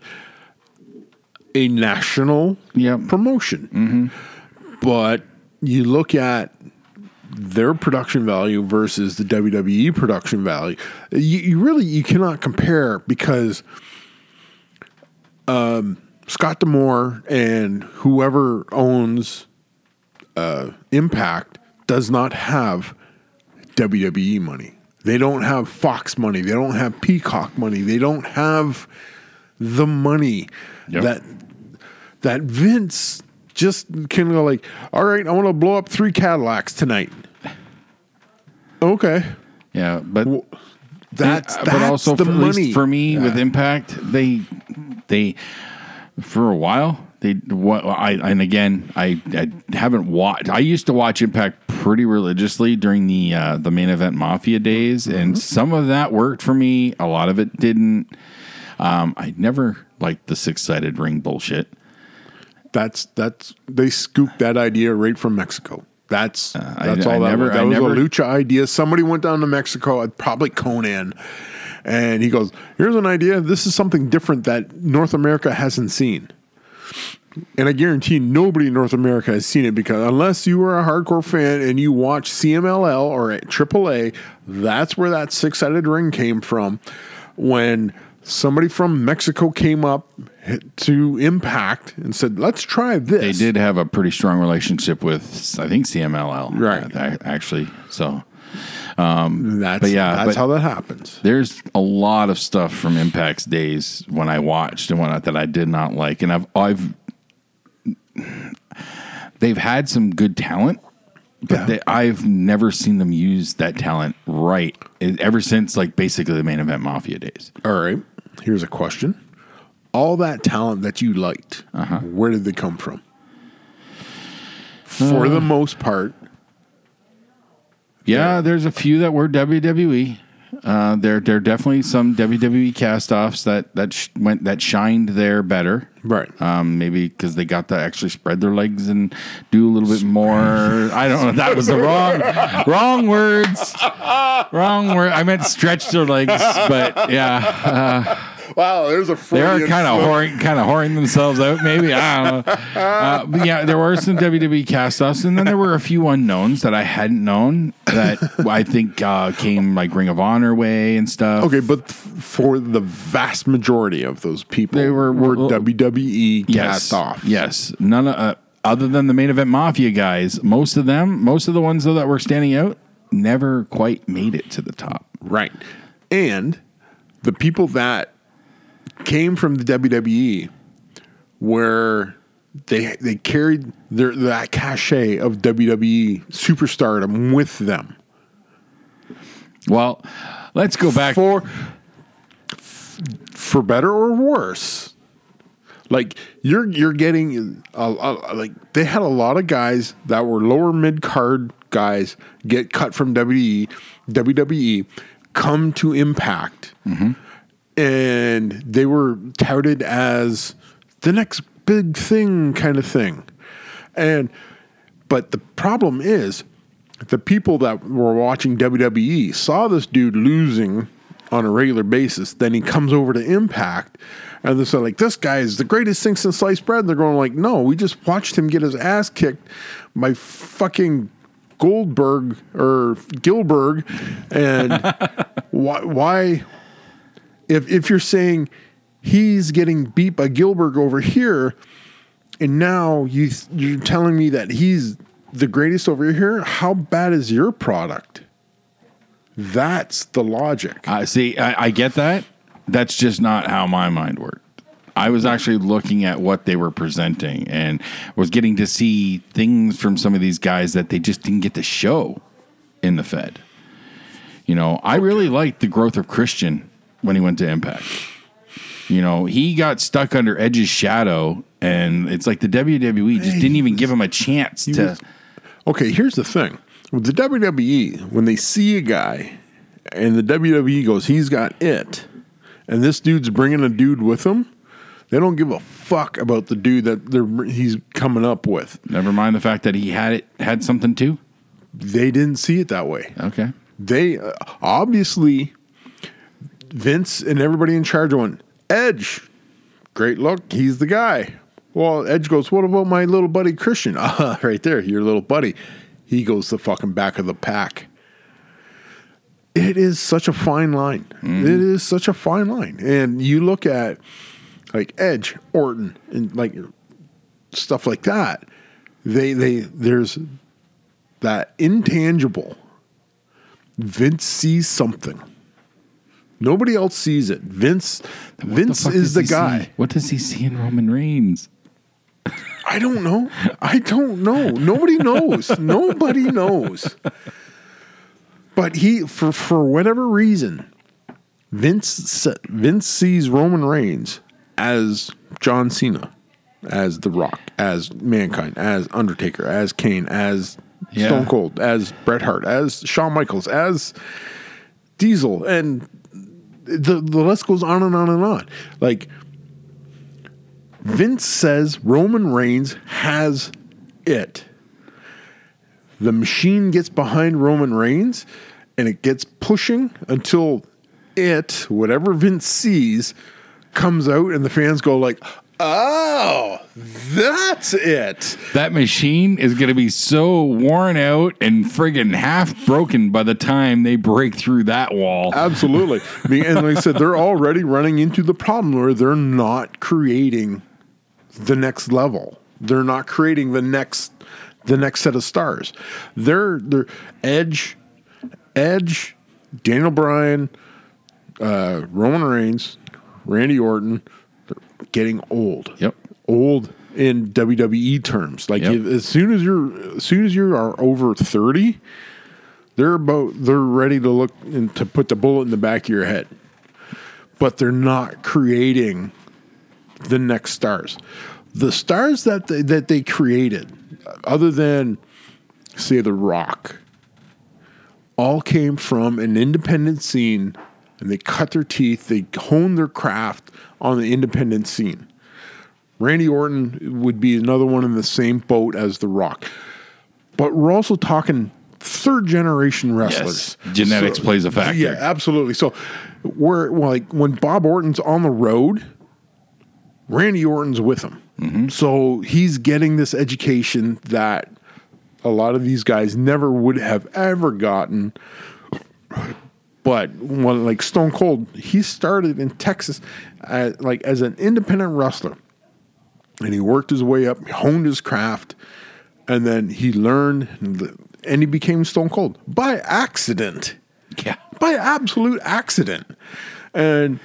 a national
Yep. Mm-hmm.
promotion but you look at their production value versus the WWE production value you, you really you cannot compare because um Scott Demore and whoever owns Impact does not have WWE money. They don't have Fox money. They don't have Peacock money. They don't have the money
Yep.
that that Vince just can go like, all right, I want to blow up three Cadillacs tonight. Okay,
Yeah, but
that's,
uh,
that's the
for, at least
money
for me with Impact, they they for a while they what I and again I, I haven't watched. I used to watch Impact pretty religiously during the uh, the main event Mafia days,
Mm-hmm.
and some of that worked for me. A lot of it didn't. Um, I never liked the six sided ring bullshit.
That's that's they scooped that idea right from Mexico. That's
Uh, I-
that's all
I
that
never-
was. That
I
was
never-
a lucha idea. Somebody went down to Mexico, uh, probably Conan, and he goes, "Here's an idea. This is something different that North America hasn't seen." And I guarantee nobody in North America has seen it because unless you are a hardcore fan and you watch CMLL or at AAA, that's where that six sided ring came from. When somebody from Mexico came up to Impact and said, let's try this.
They did have a pretty strong relationship with, I think, CMLL.
Right.
uh, Actually, so
That's,
But yeah,
that's
but-
how that happens.
there's a lot of stuff from Impact's days when I watched and whatnot that I did not like, and I've I've they've had some good talent, but
Yeah.
they, I've never seen them use that talent right e- ever since like basically the main event Mafia days.
All right. Here's a question. All that talent that you liked, where did they come from? For the most part,
Yeah, there's a few that were WWE. Uh, there, there are definitely some WWE castoffs that that sh- went that shined there better.
right.
Um, maybe because they got to actually spread their legs and do a little bit more. I don't know. That was the wrong, wrong words. Wrong word. I uh, meant stretch their legs, but yeah,
wow, there's a
they are kind of whoring, kind of whoring themselves out. Maybe I don't know. Uh, but yeah, there were some WWE castoffs, and then there were a few unknowns that I hadn't known that I think uh, came like Ring of Honor way and stuff.
Okay, but f- for the vast majority of those people,
They were- well,
WWE
yes,
E cast off.
Yes, none of, uh, other than the main event mafia guys. Most of them, most of the ones though that were standing out, never quite made it to the top.
right. And the people that came from the WWE where they they carried their that cachet of WWE superstardom with them
Well, let's go back.
for for better or worse. Like you're you're getting a, a- like they had a lot of guys that were lower mid card guys get cut from E, WWE, WWE E, come to Impact,
Mm-hmm.
and they were touted as the next big thing kind of thing, and but the problem is the people that were watching WWE saw this dude losing on a regular basis. Then he comes over to Impact, and they're like, "This guy is the greatest thing since sliced bread." And they're going like, "No, we just watched him get his ass kicked by fucking Goldberg or Gilberg," and why? Why? If if you're saying he's getting beat by Gilberg over here, and now you you're telling me that he's the greatest over here. How bad is your product? That's the logic.
Uh, see, I, I get that. That's just not how my mind worked. I was actually looking at what they were presenting and was getting to see things from some of these guys that they just didn't get to show in the Fed. You know, I really liked the growth of Christian when he went to Impact. You know, he got stuck under Edge's shadow, and it's like the WWE just didn't even give him a chance to.
was- Okay, here's the thing with the WWE when they see a guy and the WWE goes, he's got it, and this dude's bringing a dude with him. They don't give a fuck about the dude that they're he's coming up with.
never mind the fact that he had it had something too.
They didn't see it that way.
Okay.
they uh, obviously Vince and everybody in charge went Edge. Great look, he's the guy. Well, Edge goes, "What about my little buddy Christian?" Ah, right there, your little buddy. He goes the fucking back of the pack. It is such a fine line.
Mm.
It is such a fine line. And you look at like Edge, Orton, and like stuff like that. They they there's that intangible Vince sees something. Nobody else sees it. Vince Vince
fuck
is
does
the
he
guy.
see? What does he see in Roman Reigns?
I don't know. I don't know. Nobody knows. Nobody knows. But he for for whatever reason Vince se- Vince sees Roman Reigns as John Cena, as The Rock, as Mankind, as Undertaker, as Kane, as
Yeah.
Stone Cold, as Bret Hart, as Shawn Michaels, as Diesel and the the list goes on and on and on. Like Vince says Roman Reigns has it. The machine gets behind Roman Reigns and it gets pushing until it, whatever Vince sees, comes out and the fans go like, Oh, that's it.
That machine is going to be so worn out and friggin' half broken by the time they break through that wall.
Uh, Absolutely. I mean, and like I said, they're already running into the problem where they're not creating the next level. They're not creating the next the next set of stars. They're they're Edge, Edge, Daniel Bryan, uh, Roman Reigns, Randy Orton. They're getting old.
Yep.
Old in WWE terms. Like
Yep.
if- as soon as you're as soon as you are over thirty, they're about they're ready to look and to put the bullet in the back of your head. But they're not creating the next stars. The stars that they, that they created, other than say The Rock, all came from an independent scene, and they cut their teeth, they honed their craft on the independent scene. Randy Orton would be another one in the same boat as The Rock, but we're also talking third generation wrestlers.
Genetics plays a factor.
Yeah, absolutely. So we're well, like when Bob Orton's on the road, Randy Orton's with him.
Mm-hmm.
So he's getting this education that a lot of these guys never would have ever gotten. But one like Stone Cold, he started in Texas uh like as an independent wrestler. And he worked his way up, honed his craft, and then he learned and- and he became Stone Cold by accident
Yeah.
by absolute accident. And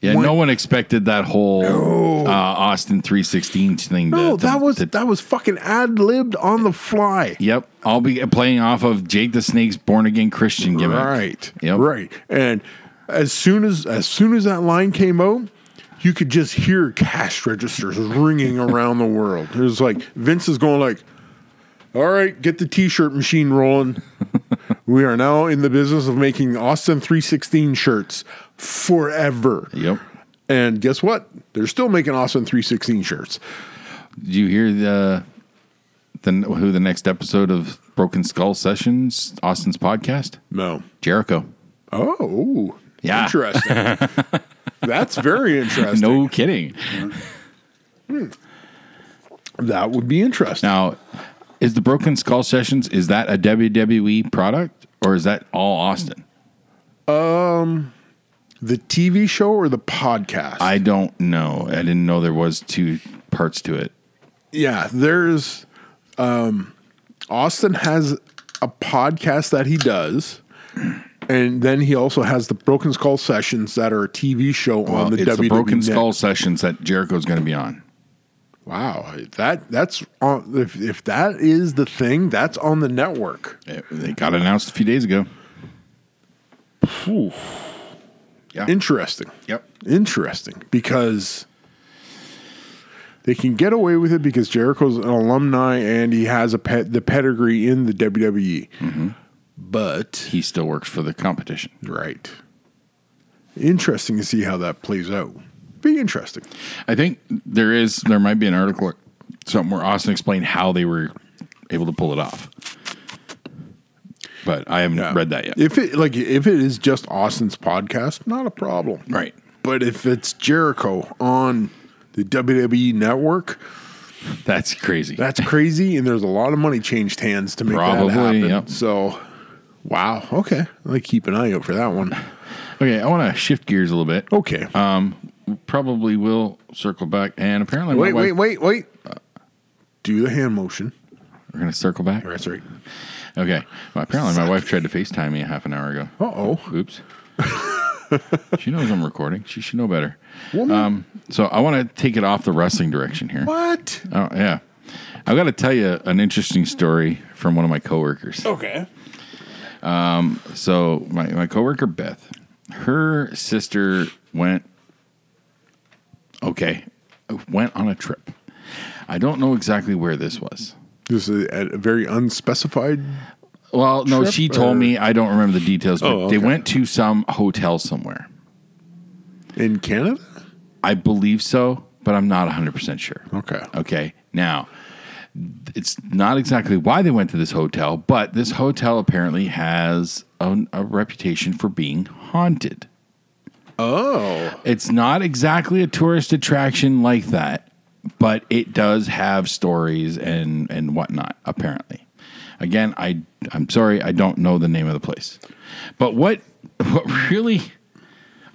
Yeah,
When-
no one expected that whole uh, Austin 316 thing. to-
no,
to-
oh, that was
to-
that was fucking ad libbed on the fly.
Yep. I'll be playing off of Jake the Snake's born again Christian gimmick.
Right.
Yep.
Right. And as soon as as soon as that line came out, you could just hear cash registers ringing around the world. It was like Vince is going like, "All right, get the t-shirt machine rolling. we are now in the business of making Austin 316 shirts forever."
Yep.
And guess what? They're still making Austin 316 shirts.
Did you hear the the who the next episode of Broken Skull Sessions Austin's podcast?
No.
Jericho.
Oh,
Yeah.
Interesting. That's very interesting.
No kidding.
That would be interesting.
Now, is the Broken Skull Sessions is that a WWE product or is that all Austin?
the TV show or the podcast?
I don't know. I didn't know there was two parts to it.
yeah, there's um, Austin has a podcast that he does. And then he also has the Broken Skull sessions that are a TV show
Well,
on the E
it's
WWE.
the Broken
Network.
Skull Sessions that Jericho's going to be on.
Wow, that that's on. If, if that is the thing, that's on the network.
It- They got announced a few days ago. Yeah.
Interesting.
Yep.
Interesting because they can get away with it because Jericho's an alumni and he has a pet the pedigree in the WWE. But
He still works for the competition.
right, interesting to see how that plays out. Be interesting.
I think there is there might be an article or something where Austin explained how they were able to pull it off. But I haven't read that yet.
If it like if it is just Austin's podcast, not a problem.
right.
But if it's Jericho on the WWE network,
That's crazy.
That's crazy, and there's a lot of money changed hands to make
Probably,
that happen.
yep.
So, wow. Okay, I keep an eye out for that one.
okay, I want to shift gears a little bit.
Okay.
Um probably will circle back and apparently my
wait,
wife-
wait, wait, wait. Do the hand motion.
we're going to circle back.
That's right.
Okay. Well, apparently my wife tried to FaceTime me a half an hour ago.
Uh oh,
Oops. she knows I'm recording. She should know better.
woman.
Um, so I want to take it off the wrestling direction here.
what?
Oh yeah, I've got to tell you an interesting story from one of my coworkers.
Okay.
So my my coworker Beth, her sister went. Okay, went on a trip. I don't know exactly where this was.
This is a, a very unspecified.
Well, no,
Trip
she told
or-
me I don't remember the details, but
Oh,
they
okay.
went to some hotel somewhere.
In Canada?
I believe so, but I'm not 100% sure.
Okay.
Okay. Now, it's not exactly why they went to this hotel, but this hotel apparently has a, a reputation for being haunted.
Oh,
It's not exactly a tourist attraction like that, but it does have stories and and whatnot. Apparently, again, I I'm sorry, I don't know the name of the place, but what what really?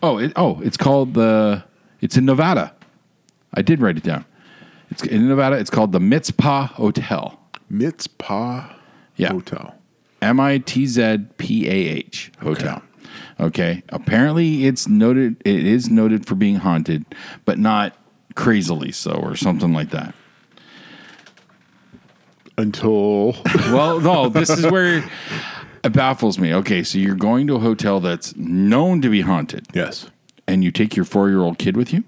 Oh, it, oh, it's called the. It's in Nevada. I did write it down. It's in Nevada. It's called the Mitzpah Hotel.
Mitzpah
Yeah.
Hotel.
M I T Z P A H hotel. Okay. Apparently, it's noted. It is noted for being haunted, but not crazily so, or something like that.
Until
Well, no, this is where it baffles me. Okay, so you're going to a hotel that's known to be haunted,
yes.
and you take your four year old kid with you.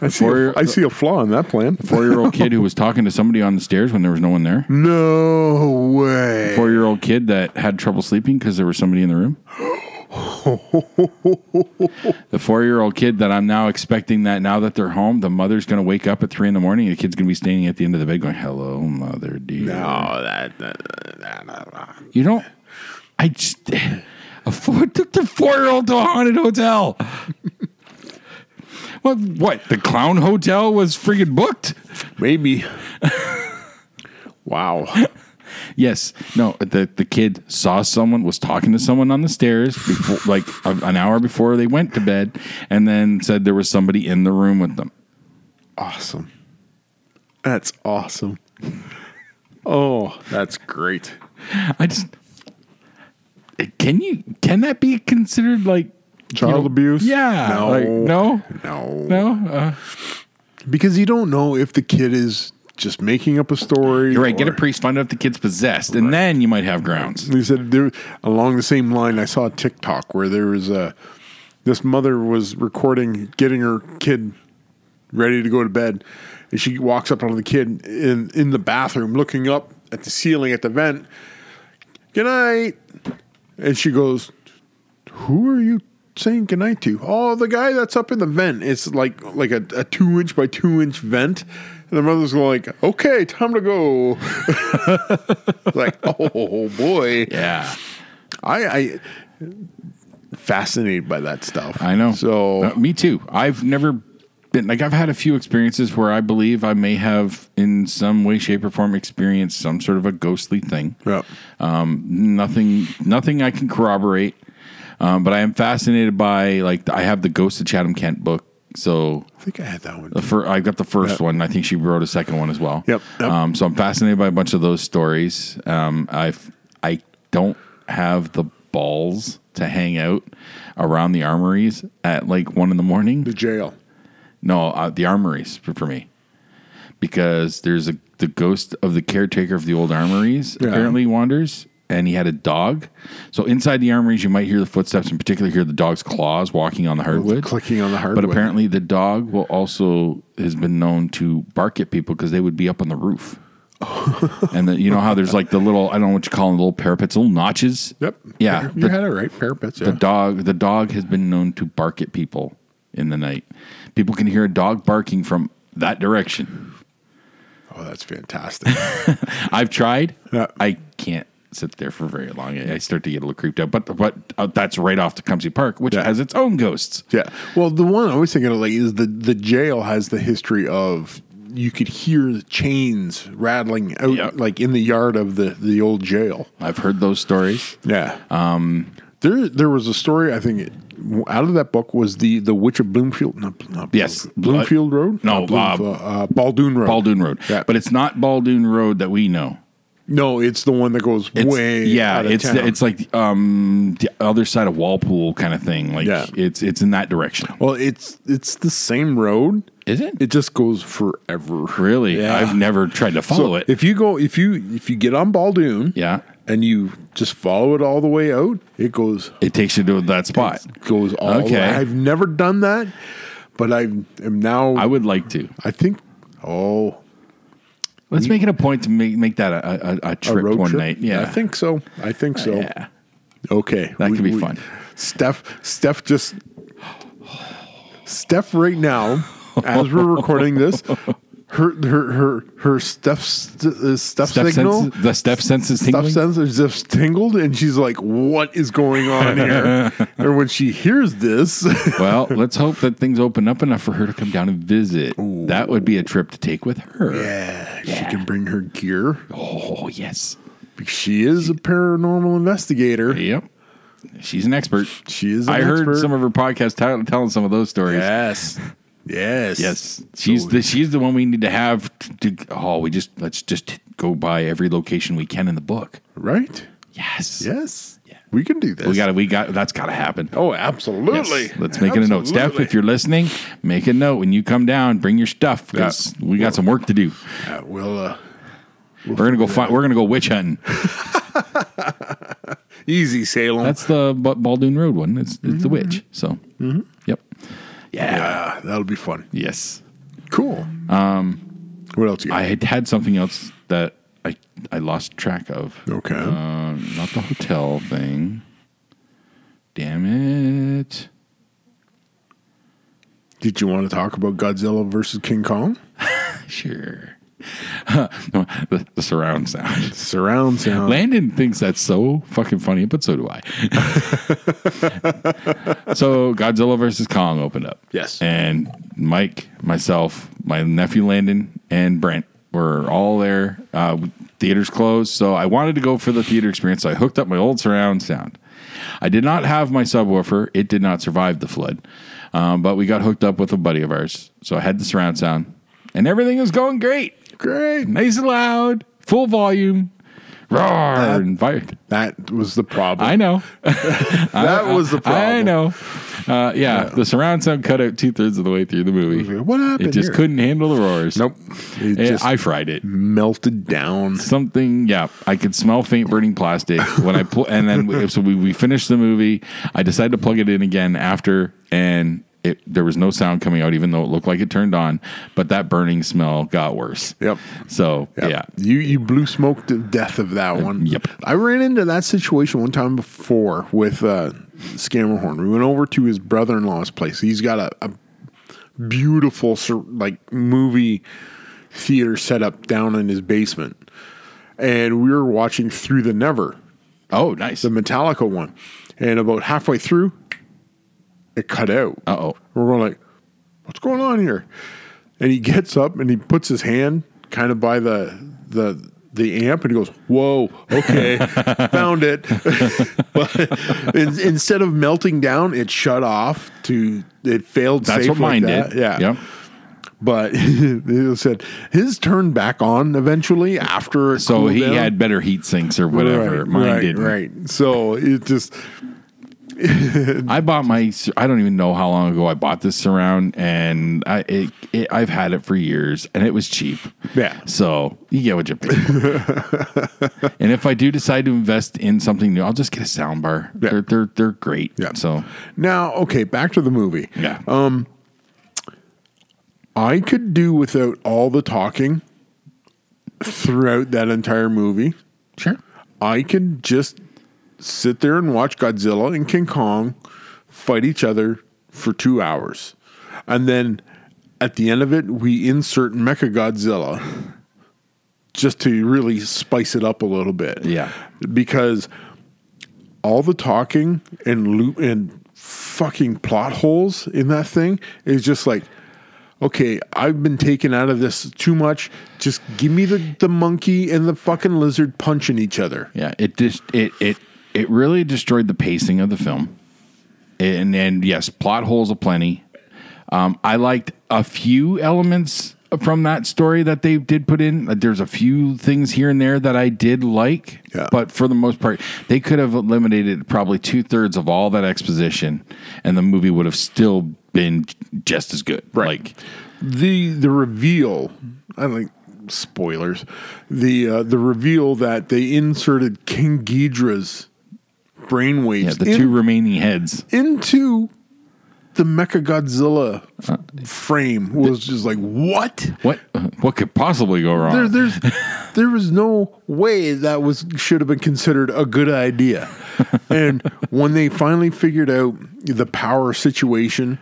I see,
Before-
a, I see a flaw in that plan.
Four year old kid who was talking to somebody on the stairs when there was no one there.
No way.
Four year old kid that had trouble sleeping because there was somebody in the room. the four year old kid that I'm now expecting that now that they're home, the mother's going to wake up at three in the morning. And the kid's going to be standing at the end of the bed going, "Hello, mother dear."
Oh, that, that, that, that- that-
You don't. I just. A four, took the four year old to a haunted hotel. what? What? The clown hotel was friggin' booked.
maybe. wow.
Yes. No, the, the kid saw someone, was talking to someone on the stairs, before, like a- an hour before they went to bed, and then said there was somebody in the room with them.
Awesome. That's awesome. Oh, that's great.
I just. Can you. Can that be considered like.
Child abuse?
Yeah.
No.
Like, no.
No.
No. Uh,
Because you don't know if the kid is just making up a story.
you're right. Get a
or-
priest, find out if the kid's possessed, and then you might have grounds.
He said there along the same line. I saw a TikTok where there was a this mother was recording getting her kid ready to go to bed, and she walks up on the kid in in the bathroom, looking up at the ceiling at the vent. Good night, and she goes, "Who are you?" Saying goodnight to oh the guy that's up in the vent it's like like a, a two inch by two inch vent and the mother's like okay time to go like oh boy
Yeah.
I, I fascinated by that stuff.
I know.
So
Uh, me too. I've never been like I've had a few experiences where I believe I may have, in some way, shape, or form, experienced some sort of a ghostly thing.
yeah.
Nothing, nothing I can corroborate. Um, but I am fascinated by like I have the Ghost of Chatham Kent book, so
I think I had that one.
the fir- I got the first
Yep.
one. I think she wrote a second one as well.
Yep, yep.
Um, so I'm fascinated by a bunch of those stories. Um, I I don't have the balls to hang out around the armories uh, at like one in the morning.
The jail.
No, uh, the armories for, for me, because there's a the ghost of the caretaker of the old armories
Yeah.
apparently wanders, and he had a dog. So inside the armories, you might hear the footsteps, and particularly hear the dog's claws walking on the hardwood,
clicking on the hardwood.
But apparently, the dog will also has been known to bark at people because they would be up on the roof. and the, you know how there's like the little I don't know what you call them, the little parapets, little notches.
Yep.
Yeah.
You
the-
had it right. Parapets. Yeah.
the dog the dog has been known to bark at people in the night. People can hear a dog barking from that direction.
oh, that's fantastic.
I've tried.
Yeah.
I can't sit there for very long. I I start to get a little creeped out. But but uh, that's right off Tecumseh Park, which has its own ghosts.
yeah. Well, the one I was thinking of like is the the jail has the history of you could hear the chains rattling out
Yep.
like in the yard of the the old jail.
I've heard those stories.
Yeah. Um. There there was a story I think. It, out of that book was the the Witch of Bloomfield. No, not
Yes.
Bloomfield
Uh,
Road.
no,
Not Bloomf- uh, uh, Baldoon Road.
Baldoon Road.
Yeah.
But it's not Baldoon Road that we know.
No, it's the one that goes
It's,
way.
yeah,
out of
it's
town.
it's like um, the other side of Walpole kind of thing. Like
Yeah.
it's it's in that direction.
well, it's it's the same road.
Is it?
It just goes forever.
Really?
Yeah.
I've never tried to follow
So
it.
if you go, if you if you get on Baldoon,
Yeah.
and you just follow it all the way out, it goes
It takes you to that spot.
it goes all. The
Okay.
way. I've never done that, but I am now.
I
I,
would like to.
think. Oh,
Let's make it a point to make make that a, a, a
a
trip
road
one
trip.
night. Yeah,
I think so. I think so.
Yeah.
Okay,
That
We-
could be
we-
fun.
Steph, Steph just, Steph right now, as we're recording this, her her her her step st- uh, step,
Step
signal
senses- the step sense is
step
tingling?
sensor just tingled, and she's like, "What is going on here?" and when she hears this,
Well, let's hope that things open up enough for her to come down and visit. That would be a trip to take with her.
yeah, she can bring her gear.
Oh, yes.
She is a paranormal investigator.
Yep. She's an expert.
She is. An
I heard
expert.
some of her podcast t- telling some of those stories.
Yes. Yes.
Yes, she's the she's the one we need to have to, to- Oh, we just let's just go by every location we can in the book.
Right.
Yes,
Yes. We can do this.
we got to we got that's got to happen.
Oh,
Yes.
absolutely.
Let's make it a note, Steph. If you're listening, make a note when you come down. Bring your stuff because we got some work to do.
Uh, we'll uh,
We're gonna go find. We're gonna go witch hunting.
easy Salem.
That's the B- Baldoon Road one. It's it's the witch. So, yep.
yeah, that'll be fun.
Yes.
Cool. Um, what else you
I
got?
had had something else that I I lost track of.
okay.
Uh, not the hotel thing. Damn it.
Did you want to talk about Godzilla versus King Kong?
Sure. the, the surround sound.
Surround sound.
Landon thinks that's so fucking funny, but so do I. so Godzilla versus Kong opened up.
Yes.
And Mike, myself, my nephew Landon, and Brent were all there. Uh, theater's closed, so I wanted to go for the theater experience. So I hooked up my old surround sound. I did not have my subwoofer; it did not survive the flood. Um, but we got hooked up with a buddy of ours, so I had the surround sound, and everything was going great.
Great.
Nice and loud, full volume. Roar!
Uh,
and vi-
That was the problem.
I know.
That was the problem.
I know. Uh, yeah, the surround sound cut out two thirds of the way through the movie.
What happened
It just
here?
couldn't handle the roars.
Nope. It
Eh,
just
I fried it.
melted down.
Something, yeah. I could smell faint burning plastic when I pull, and then we, so we, we finished the movie. I decided to plug it in again after, and it there was no sound coming out, even though it looked like it turned on. But that burning smell got worse.
Yep.
So
Yep.
yeah,
You you blew smoke to death of that one.
yep.
I ran into that situation one time before with uh, Scammerhorn. We went over to his brother in law's place. He's got a, a beautiful sur- like movie theater set up down in his basement, and we were watching Through the Never,
Oh, nice.
the Metallica one, and about halfway through, it cut out.
Uh oh.
We're going like, what's going on here? And he gets up and he puts his hand kind of by the the the amp and he goes, "Whoa, okay, found it." but in, instead of melting down, it shut off to it failed.
That's
safe
what mine
like that.
did.
Yeah,
Yep.
But it said his turned back on eventually after. It
So
cooled
he
down.
had better heat sinks or whatever.
Right,
Mine
right,
didn't.
Right. So it just
I bought my. sur- I don't even know how long ago I bought this surround, and I it, it I've had it for years, and it was cheap.
Yeah.
So you get what you pay. for. and if I do decide to invest in something new, I'll just get a sound bar.
Yeah.
They're they're they're great.
Yeah. Um,
So
now okay. Back to the movie.
yeah.
I could do without all the talking throughout that entire movie.
sure.
I could just sit there and watch Godzilla and King Kong fight each other for two hours. And then at the end of it, we insert Mecha Godzilla just to really spice it up a little bit.
Yeah.
Because all the talking and loop and fucking plot holes in that thing is just like okay i've been taken out of this too much just give me the, the monkey and the fucking lizard punching each other
Yeah. It just it it it really destroyed the pacing of the film, and and yes, plot holes aplenty. Um, I liked a few elements from that story that they did put in. Like, There's a few things here and there that I did like,
Yeah.
but for the most part, they could have eliminated probably two thirds of all that exposition, and the movie would have still been just as good.
Right.
Like,
the the reveal i like spoilers the uh, the reveal that they inserted king Ghidorah's brainwaves
yeah, the
in-
two remaining heads.
into the mecha godzilla
Uh,
frame was just like what
What what could possibly go wrong?
there, there's there was no way that was should have been considered a good idea. and when they finally figured out the power situation,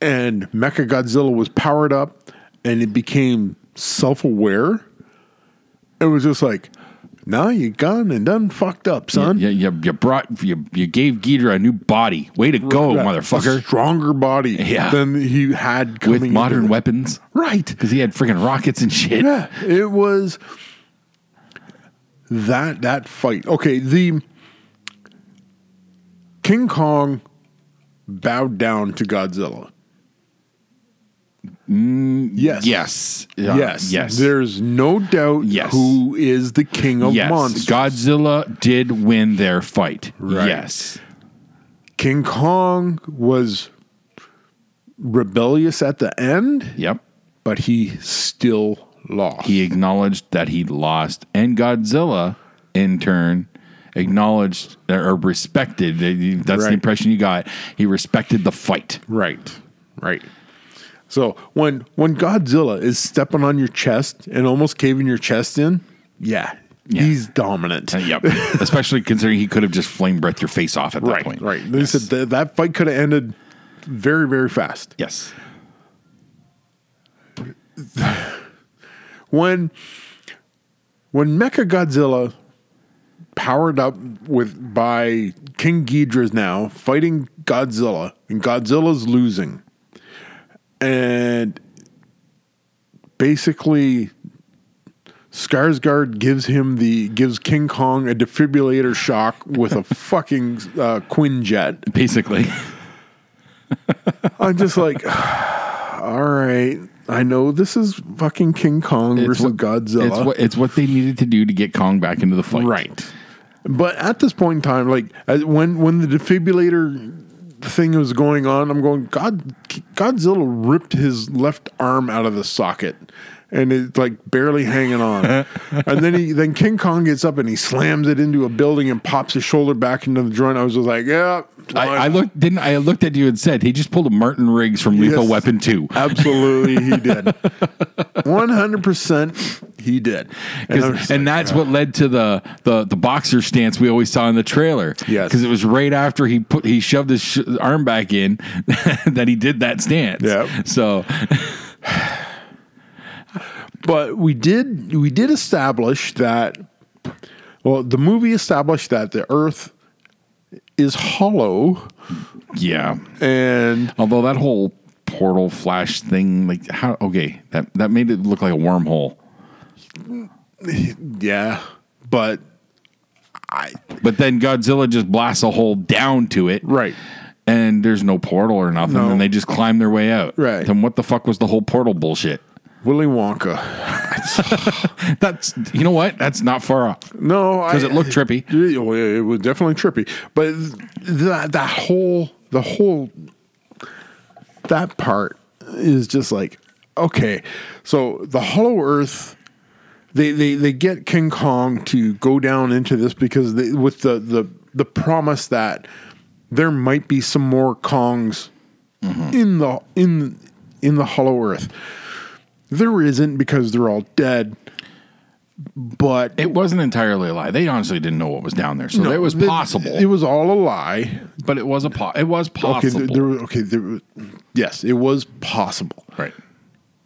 and Mecha Godzilla was powered up, and it became self aware. It was just like, now nah, you gone and done fucked up, son.
Yeah, you, you brought you, you gave Giedra a new body. Way to go,
Right. A
motherfucker!
stronger body
Yeah.
than he had coming
With
into
modern
the-
weapons,
Right.
because he had freaking rockets and shit.
Yeah, it was that that fight. Okay, the King Kong bowed down to Godzilla. yes.
Mm, Yes. Yeah.
Yes.
Yes.
There's no doubt
Yes.
who is the king of
yes.
monsters.
Godzilla did win their fight.
Right.
Yes.
King Kong was rebellious at the end,
Yep.
but he still lost.
He acknowledged that he lost, and Godzilla, in turn, acknowledged or respected. That's
Right.
the impression you got. He respected the fight.
Right. Right. So when when Godzilla is stepping on your chest and almost caving your chest in, yeah,
Yeah.
he's dominant.
Uh, Yep. Especially considering he could have just flame breathed your face off at that
Right.
point.
Right. They
Yes.
said that, that fight could have ended very very fast.
yes.
When when Mecha Godzilla powered up with by King Ghidorah's now fighting Godzilla and Godzilla's losing and basically Skarsgård gives him the gives King Kong a defibrillator shock with a fucking uh, Quinjet.
Basically.
I'm just like, all right. I know this is fucking King Kong versus
what-
Godzilla.
It's what, it's what they needed to do to get Kong back into the fight.
Right. But at this point in time, like as- when when the defibrillator thing was going on, I'm going God. Godzilla ripped his left arm out of the socket, and it's like barely hanging on. and then he then King Kong gets up and he slams it into a building and pops his shoulder back into the joint. I was just like, yeah,
I, I looked didn't I looked at you and said he just pulled a Martin Riggs from Lethal
Yes.
Weapon Two.
absolutely he did, one hundred percent he did. And
'Cause-
I'm
and
just like,
that's what led to the, the the boxer stance we always saw in the trailer.
Yes.
because it was right after he put he shoved his sh- arm back in that he did that stance.
Yep.
So
but we did we did establish that well the movie established that the earth is hollow
yeah,
and
although that whole portal flash thing, like how okay that that made it look like a wormhole.
yeah but
But then Godzilla just blasts a hole down to it.
Right.
And there's no portal or nothing.
No.
And they just climb their way out.
Right.
Then what the fuck was the whole portal bullshit?
willy wonka
That's, you know what? That's not far off.
no
Because it looked trippy.
it, well, it was definitely trippy but that that whole the whole that part is just like okay so the hollow earth they, they they get King Kong to go down into this because they, with the, the the promise that there might be some more Kongs
Mm-hmm.
in the in in the Hollow Earth. There isn't because they're all dead. But
It wasn't entirely a lie. They honestly didn't know what was down there. So
no,
it was
th-
possible.
It was all a lie.
but it was a po- it was
Okay,
possible.
there, there, were- okay. There, were- yes, it was possible.
right.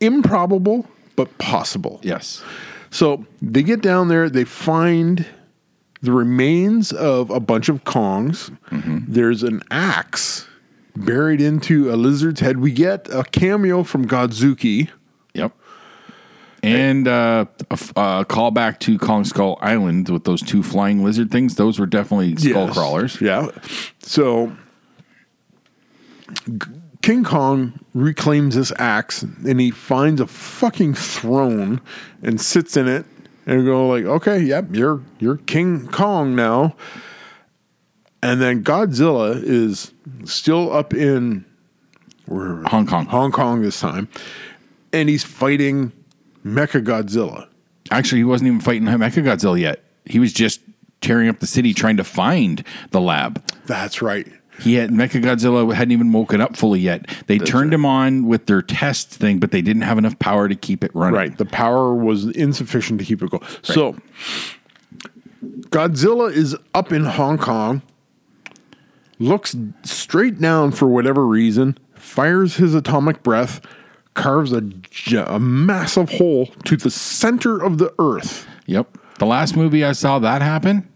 Improbable, but possible.
Yes.
So they get down there, they find the remains of a bunch of Kongs.
Mm-hmm.
There's an axe buried into a lizard's head. We get a cameo from Godzuki.
Yep. And uh, a, f- a callback to Kong Skull Island with those two flying lizard things. Those were definitely skull
Yes.
crawlers.
Yeah. So G- King Kong reclaims this axe and he finds a fucking throne and sits in it and go like, okay, yep, you're you're King Kong now. And then Godzilla is still up in where
Hong Kong.
Hong Kong this time, and he's fighting Mecha Godzilla.
Actually, he wasn't even fighting Mecha Godzilla yet. He was just tearing up the city trying to find the lab.
That's right.
He had Mecha Godzilla hadn't even woken up fully yet. They turned him on with their test thing, but they didn't have enough power to keep it running.
Right. The power was insufficient to keep it going. So Godzilla is up in Hong Kong, looks straight down for whatever reason, fires his atomic breath, carves a, j- a massive hole to the center of the earth.
Yep. The last movie I saw that happen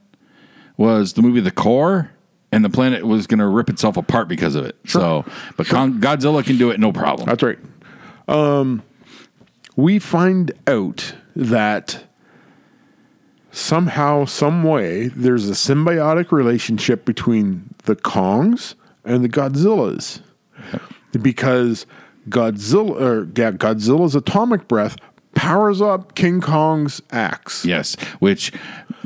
was the movie The Core, and the planet was going to rip itself apart because of it. So, but Con- Godzilla can do it no problem.
That's right. Um, we find out that somehow, some way, there's a symbiotic relationship between the Kongs and the Godzillas, because Godzilla, or, yeah, Godzilla's atomic breath powers up King Kong's axe.
Yes, which,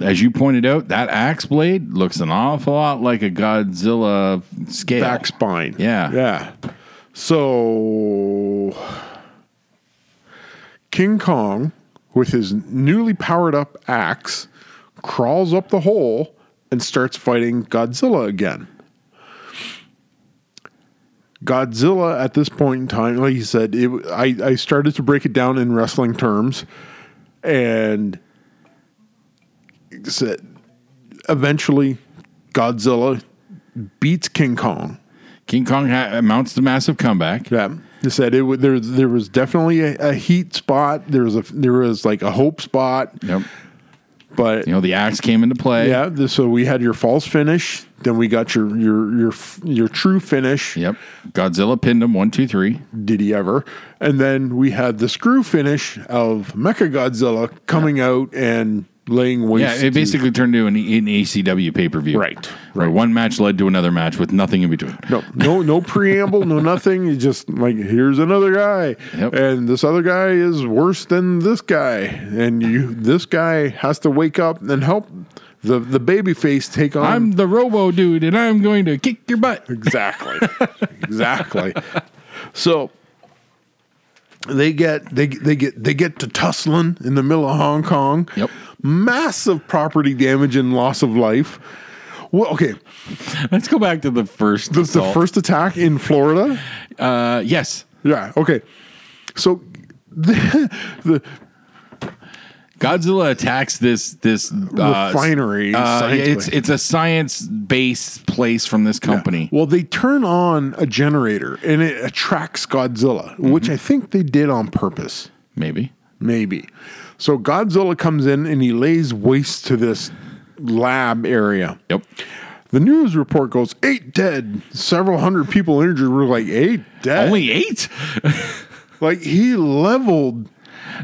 as you pointed out, that axe blade looks an awful lot like a Godzilla scale.
back spine.
Yeah.
Yeah. So King Kong with his newly powered up axe crawls up the hole and starts fighting Godzilla again. Godzilla at this point in time, like you said, it, I, I started to break it down in wrestling terms and said eventually Godzilla beats King Kong.
King Kong ha- mounts the massive comeback.
Yeah, they said it. wa- There, there was definitely a, a heat spot. There was a, there was like a hope spot.
Yep.
But
You know, the axe came into play.
yeah, this- so we had your false finish. Then we got your your your f- your true finish.
Yep. Godzilla pinned him one, two, three.
Did he ever? And then we had the screw finish of Mecha Godzilla coming out and laying waste.
Yeah,
to-
it basically turned into an, an ACW pay per view.
Right,
Right. One match led to another match with nothing in between.
no, no, no preamble, no nothing. It's just like here's another guy,
Yep.
and this other guy is worse than this guy, and you, this guy has to wake up and help the the baby face take on.
I'm the robo dude and I'm going to kick your butt.
exactly, exactly. So they get they they get they get to tussling in the middle of Hong Kong.
Yep.
massive property damage and loss of life. Well, okay,
Let's go back to the first.
this is the
assault.
first attack in Florida.
Uh, yes.
Yeah. Okay. So the, the
Godzilla attacks this this uh,
Refinery,
Uh, yeah,
science-
it's it's a science based place from this company.
well, they turn on a generator and it attracts Godzilla,
Mm-hmm.
which I think they did on purpose,
Maybe
maybe. So Godzilla comes in and he lays waste to this lab area.
Yep.
The news report goes eight dead, several hundred people injured. We're like eight dead.
only eight.
like he leveled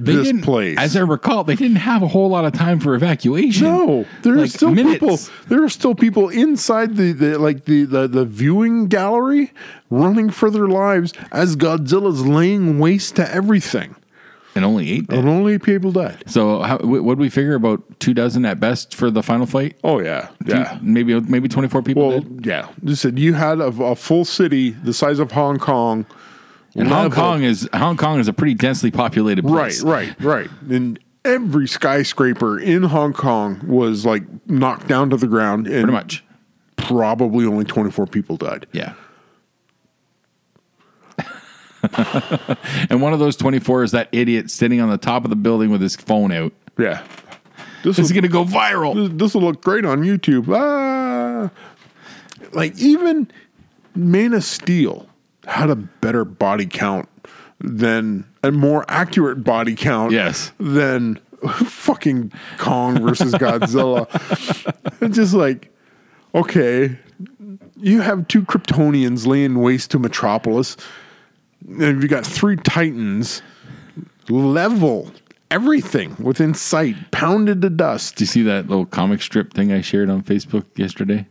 They
this
didn't,
place.
as I recall, they didn't have a whole lot of time for evacuation.
No, there are
Like,
still
minutes.
people. There are still people inside the, the like the, the the viewing gallery running for their lives as Godzilla's laying waste to everything,
and only eight.
and only people died.
So how, what did we figure about two dozen at best for the final fight?
Oh yeah, yeah.
Two- maybe maybe twenty four people.
Well,
did?
yeah. You said you had a, a full city the size of Hong Kong.
And Hong
leveled.
Kong is Hong Kong is a pretty densely populated
Right,
place.
right, right. And every skyscraper in Hong Kong was like knocked down to the ground, and
Pretty much.
probably only twenty four people died.
Yeah. and one of those 24 is that idiot sitting on the top of the building with his phone out.
Yeah.
This is going to go viral.
this will look great on YouTube. Ah. Like even Man of Steel had a better body count than a more accurate body count
Yes.
than fucking Kong versus Godzilla. it's just like okay, you have two Kryptonians laying waste to Metropolis, and you got three Titans level everything within sight, pounded to dust.
Do you see that little comic strip thing I shared on Facebook yesterday?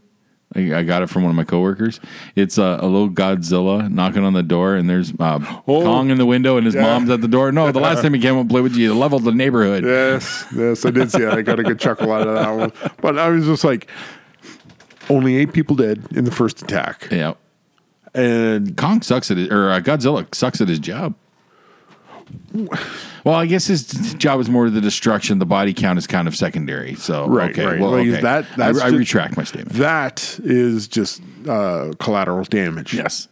I, I got it from one of my coworkers. It's uh, a little Godzilla knocking on the door, and there's uh,
Oh.
Kong in the window, and his
Yeah.
mom's at the door. No, the last time he came up and played with you, he leveled the neighborhood.
Yes, yes, I did see that. I got a good chuckle out of that one. But I was just like, only eight people dead in the first attack,
Yeah.
and
Kong sucks at it, or uh, Godzilla sucks at his job. Well, I guess his job is more the destruction. The body count is kind of secondary. So
Right,
okay,
right.
Well,
Like,
okay.
that- that's
I, I
just-
retract my statement.
that is just uh, collateral damage.
yes,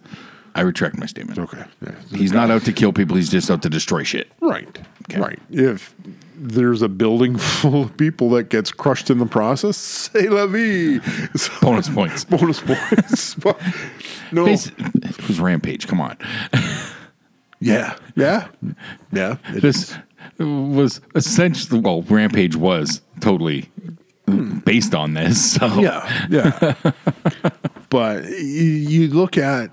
I retract my statement.
Okay. Yeah.
He's not out to kill people. He's just out to destroy shit.
Right.
Okay.
Right. If there's a building full of people that gets crushed in the process, say la vie. So,
Bonus points.
bonus points. no.
Basi- it was rampage. Come on.
Yeah. Yeah. Yeah. It
This was essentially well, Rampage was totally based on this. So
Yeah, yeah. but you, you look at,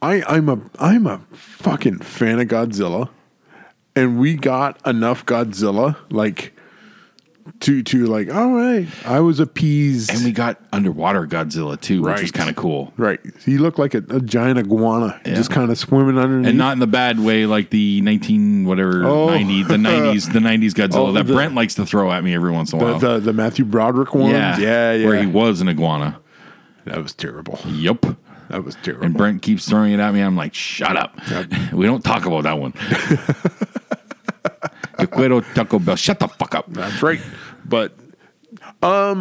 I I'm a I'm a fucking fan of Godzilla, and we got enough Godzilla like to to like all right. I was appeased.
and we got underwater Godzilla too, which was
Right.
kind of cool.
right, he looked like a, a giant iguana,
Yeah.
just kind of swimming underneath.
And not in the bad way, like the nineteen whatever
Oh.
ninety, the nineties, the nineties Godzilla
Oh,
that
the-
Brent likes to throw at me every once in a
the,
while.
the the Matthew Broderick ones. Yeah, yeah.
Where he was an iguana.
that was terrible.
Yup.
That was terrible.
And Brent keeps throwing it at me. I'm like, shut up. We don't talk about that one. Yo quiero Taco Bell. Shut the fuck up.
That's right. But um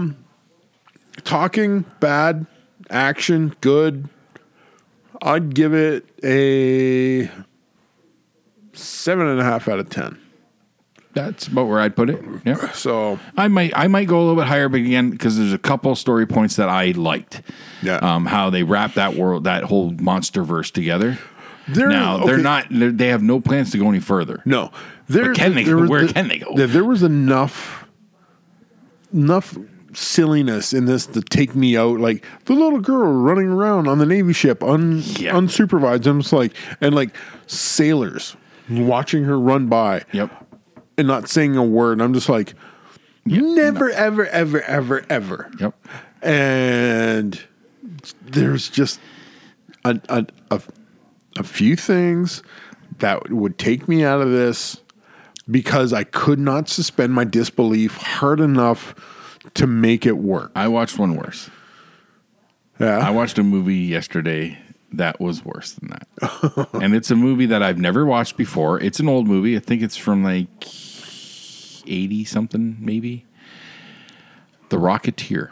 talking bad, action good. I'd give it a seven and a half out of ten.
That's about where I'd put it. Yeah.
So
I might I might go a little bit higher, but again, because there's a couple story points that I liked.
Yeah.
Um, how they wrap that world, that whole monster verse together.
they're
now they're
okay,
not. They're, they have no plans to go any further.
No, there.
But can they
there
go?
was-
Where
there-
can they go?
There, there was enough, enough silliness in this to take me out. Like the little girl running around on the navy ship, un
Yeah.
unsupervised. I'm just like, and like sailors watching her run by
Yep.
and not saying a word. I'm just like, never, ever, ever, ever, ever.
Yep.
And there's just a, a, a, a few things that would take me out of this because I could not suspend my disbelief hard enough to make it work.
I watched one worse. I
Yeah.
watched a movie yesterday that was worse than that. and it's a movie that I've never watched before. It's an old movie. I think it's from like 80 something, maybe. The Rocketeer.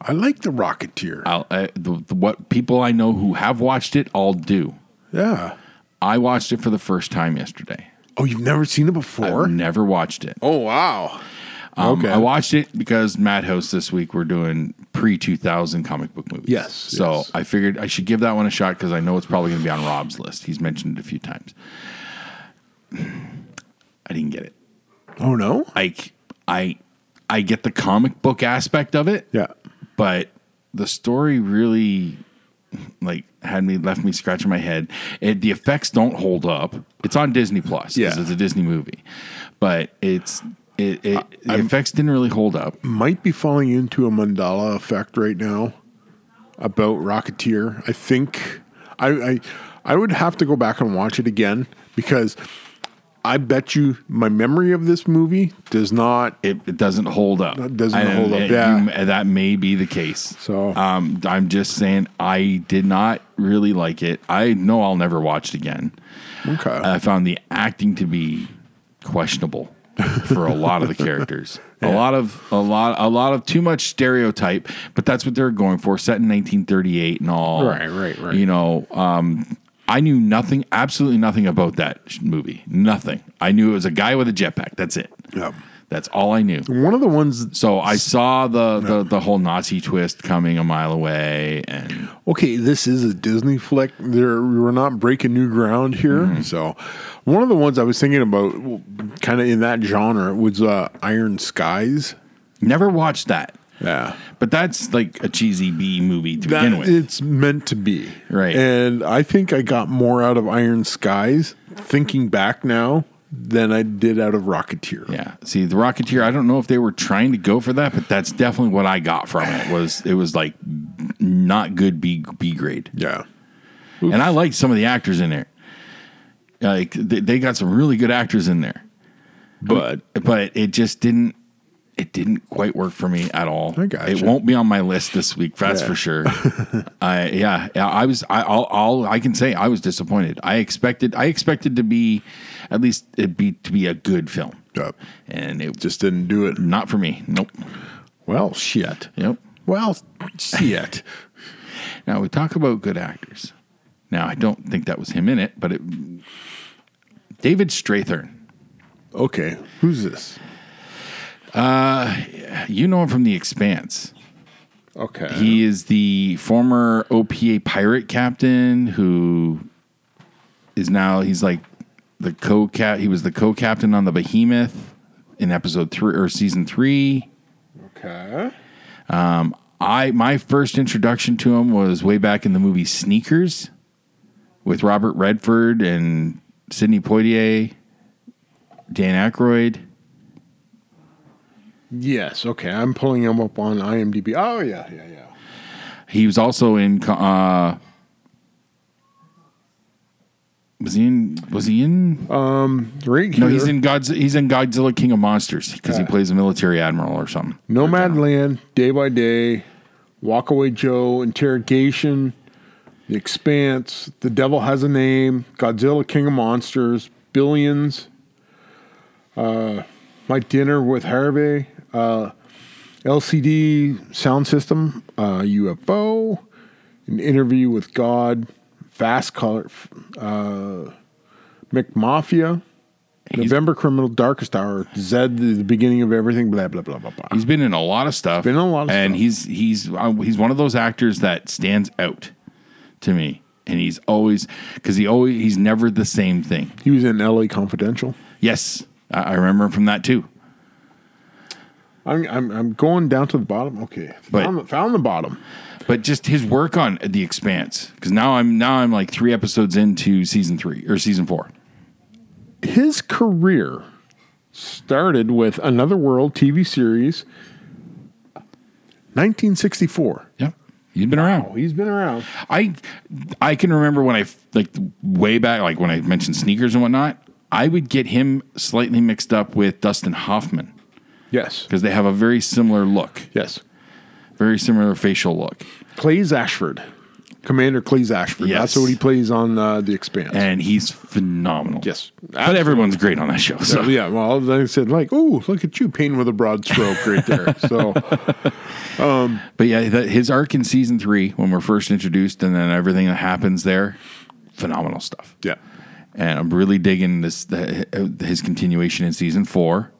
I like The Rocketeer.
I'll, I, the, the, what people I know who have watched it all do.
Yeah.
I watched it for the first time yesterday.
Oh, you've never seen it before?
I've never watched it.
oh, wow.
Um,
okay.
I watched it because Madhouse this week we're doing pre 2000 comic book movies.
Yes,
So
yes.
I figured I should give that one a shot because I know it's probably going to be on Rob's list. He's mentioned it a few times. I didn't get it.
Oh, no?
Like I, I get the comic book aspect of it.
Yeah.
But the story really like had me left me scratching my head. It, the effects don't hold up. It's on Disney Plus because
Yeah.
it's a Disney movie, but it's it,
Uh,
it the effects didn't really hold up.
might be falling into a mandala effect right now about Rocketeer. I think I, I I would have to go back and watch it again because I bet you my memory of this movie does not.
it, it doesn't hold up.
It doesn't
I-
hold up,
it-
yeah.
you- uh, that may be the case.
So-
um, I'm just saying, I did not really like it. I know I'll never watch it again.
Okay.
I found the acting to be questionable for a lot of the characters. A lot of a lot a lot of too much stereotype, but that's what they're going for. Set in 1938 and all.
Right, right, right.
You know, um, I knew nothing, absolutely nothing about that sh- movie. Nothing. I knew it was a guy with a jetpack. That's it.
Yep.
That's all I knew.
one of the ones.
So I saw the, the the whole Nazi twist coming a mile away, and
Okay, this is a Disney flick. There, we're not breaking new ground here. So, one of the ones I was thinking about, kind of in that genre, was uh, Iron Skies.
never watched that.
Yeah.
But that's like a cheesy B movie to begin with.
It's meant to be.
Right.
And I think I got more out of Iron Skies thinking back now than I did out of Rocketeer.
yeah. See, the Rocketeer. I don't know if they were trying to go for that, but that's definitely what I got from it. Was it was like not good B B grade,
Yeah.
and I liked some of the actors in there. Like they, they got some really good actors in there,
But
but it just didn't. It didn't quite work for me at all.
I gotcha.
It won't be on my list this week. That's
Yeah.
for sure. I yeah, yeah, I was. I, all, all I can say, I was disappointed. I expected. I expected to be, at least it be to be a good film,
Yep.
and it just
just didn't do it.
not for me. Nope.
Well, shit.
Yep.
Well, shit.
Now we talk about good actors. Now I don't think that was him in it, but it. David Strathern,
okay. Who's this?
you know him from The Expanse.
Okay.
He is the former OPA pirate captain who is now he's like the co cap. He was the co captain on the Behemoth in episode three or season three.
Okay.
I my first introduction to him was way back in the movie Sneakers with Robert Redford and Sidney Poitier, Dan Aykroyd.
Yes. Okay. I'm pulling him up on IMDb. Oh yeah, yeah, yeah.
He was also in. co- Uh, was he in? Was he in?
Right here.
no, he's in God's. He's in Godzilla King of Monsters because he plays a military admiral or something.
Nomad Land, Day by Day, Walk Away Joe, Interrogation, The Expanse, The Devil Has a Name, Godzilla King of Monsters, Billions, uh, My Dinner with Harvey, uh, LCD Sound System, uh, UFO, An Interview with God, Fast Color, uh, McMafia. November Criminal, Darkest Hour, Zed, the beginning of everything, blah blah blah blah blah.
He's been in a lot of stuff.
Been in a lot of
and
stuff.
he's he's uh, he's one of those actors that stands out to me. And he's always because he always he's never the same thing.
He was in L.A. Confidential.
Yes, I, I remember him from that too.
I'm I'm, I'm going down to the bottom. Okay,
But-
found, the, found the bottom.
But just his work on The Expanse because now I'm now I'm like three episodes into season three or season four.
His career started with Another World TV series, 1964.
Yeah, he's been
Oh,
around.
he's been around.
I I can remember when I like way back like when I mentioned sneakers and whatnot. I would get him slightly mixed up with Dustin Hoffman
Yes,
because they have a very similar look.
yes.
very similar facial look.
Clays Ashford, Commander Clays Ashford.
Yes.
That's what he plays on uh, The Expanse.
And he's phenomenal.
yes.
But everyone's great on that show.
So,
So
yeah, well, they said like, "Oh, look at you painting with a broad stroke right there." So,
but yeah, that, his arc in season three, when we're first introduced and then everything that happens there, phenomenal stuff.
yeah,
And I'm really digging this the, uh, his continuation in season four.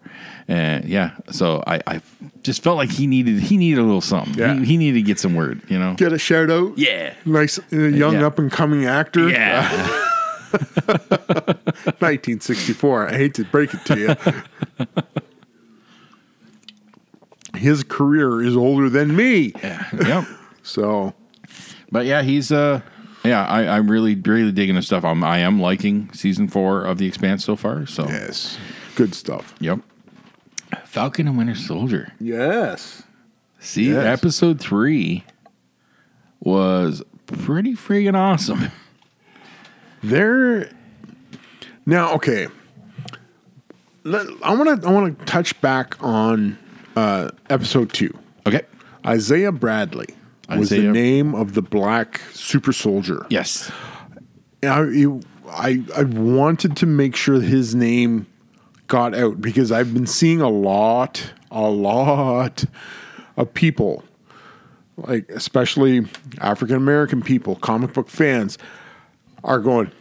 And yeah, so I, I just felt like he needed he needed a little something.
Yeah.
He, he needed to get some word, you know?
get a shout out.
Yeah.
nice uh, young
Yeah.
up and coming actor.
Yeah.
1964. I hate to break it to you. His career is older than me.
yep.
So,
But yeah, he's uh yeah, I, I'm really really digging his stuff. I'm I am liking season four of The Expanse so far. So
yes, good stuff.
Yep. Falcon and Winter Soldier.
Yes.
See,
Yes.
episode three was pretty friggin' awesome.
There now, okay. Let, I want to I want to touch back on uh, episode two.
Okay.
Isaiah Bradley was
Isaiah-
the name of the black super soldier.
Yes.
And I, you- I I wanted to make sure his name got out because I've been seeing a lot, a lot of people, like especially African American people, comic book fans, are going,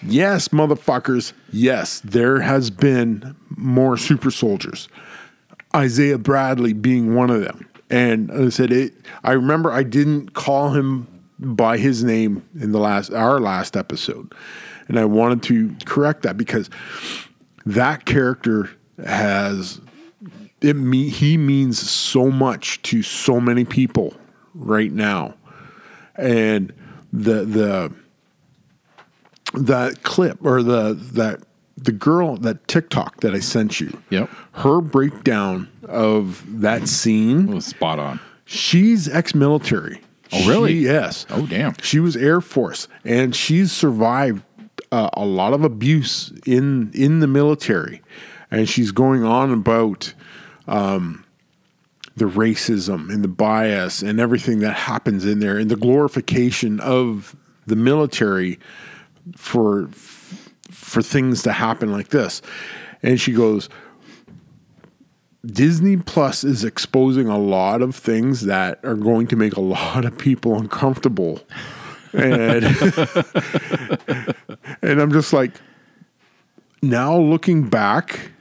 yes, motherfuckers, yes, there has been more super soldiers. Isaiah Bradley being one of them. And I said it I remember I didn't call him by his name in the last our last episode. And I wanted to correct that because that character has it me, he means so much to so many people right now. And the the that clip or the that the girl that TikTok that I sent you.
Yep.
Her breakdown of that
It
scene.
was spot on.
She's ex-military.
Oh, really?
She- yes.
Oh, damn.
She was Air Force, and she's survived uh, a lot of abuse in in the military, and she's going on about um, the racism and the bias and everything that happens in there, and the glorification of the military for for things to happen like this. And she goes, Disney Plus is exposing a lot of things that are going to make a lot of people uncomfortable. And and I'm just like now looking back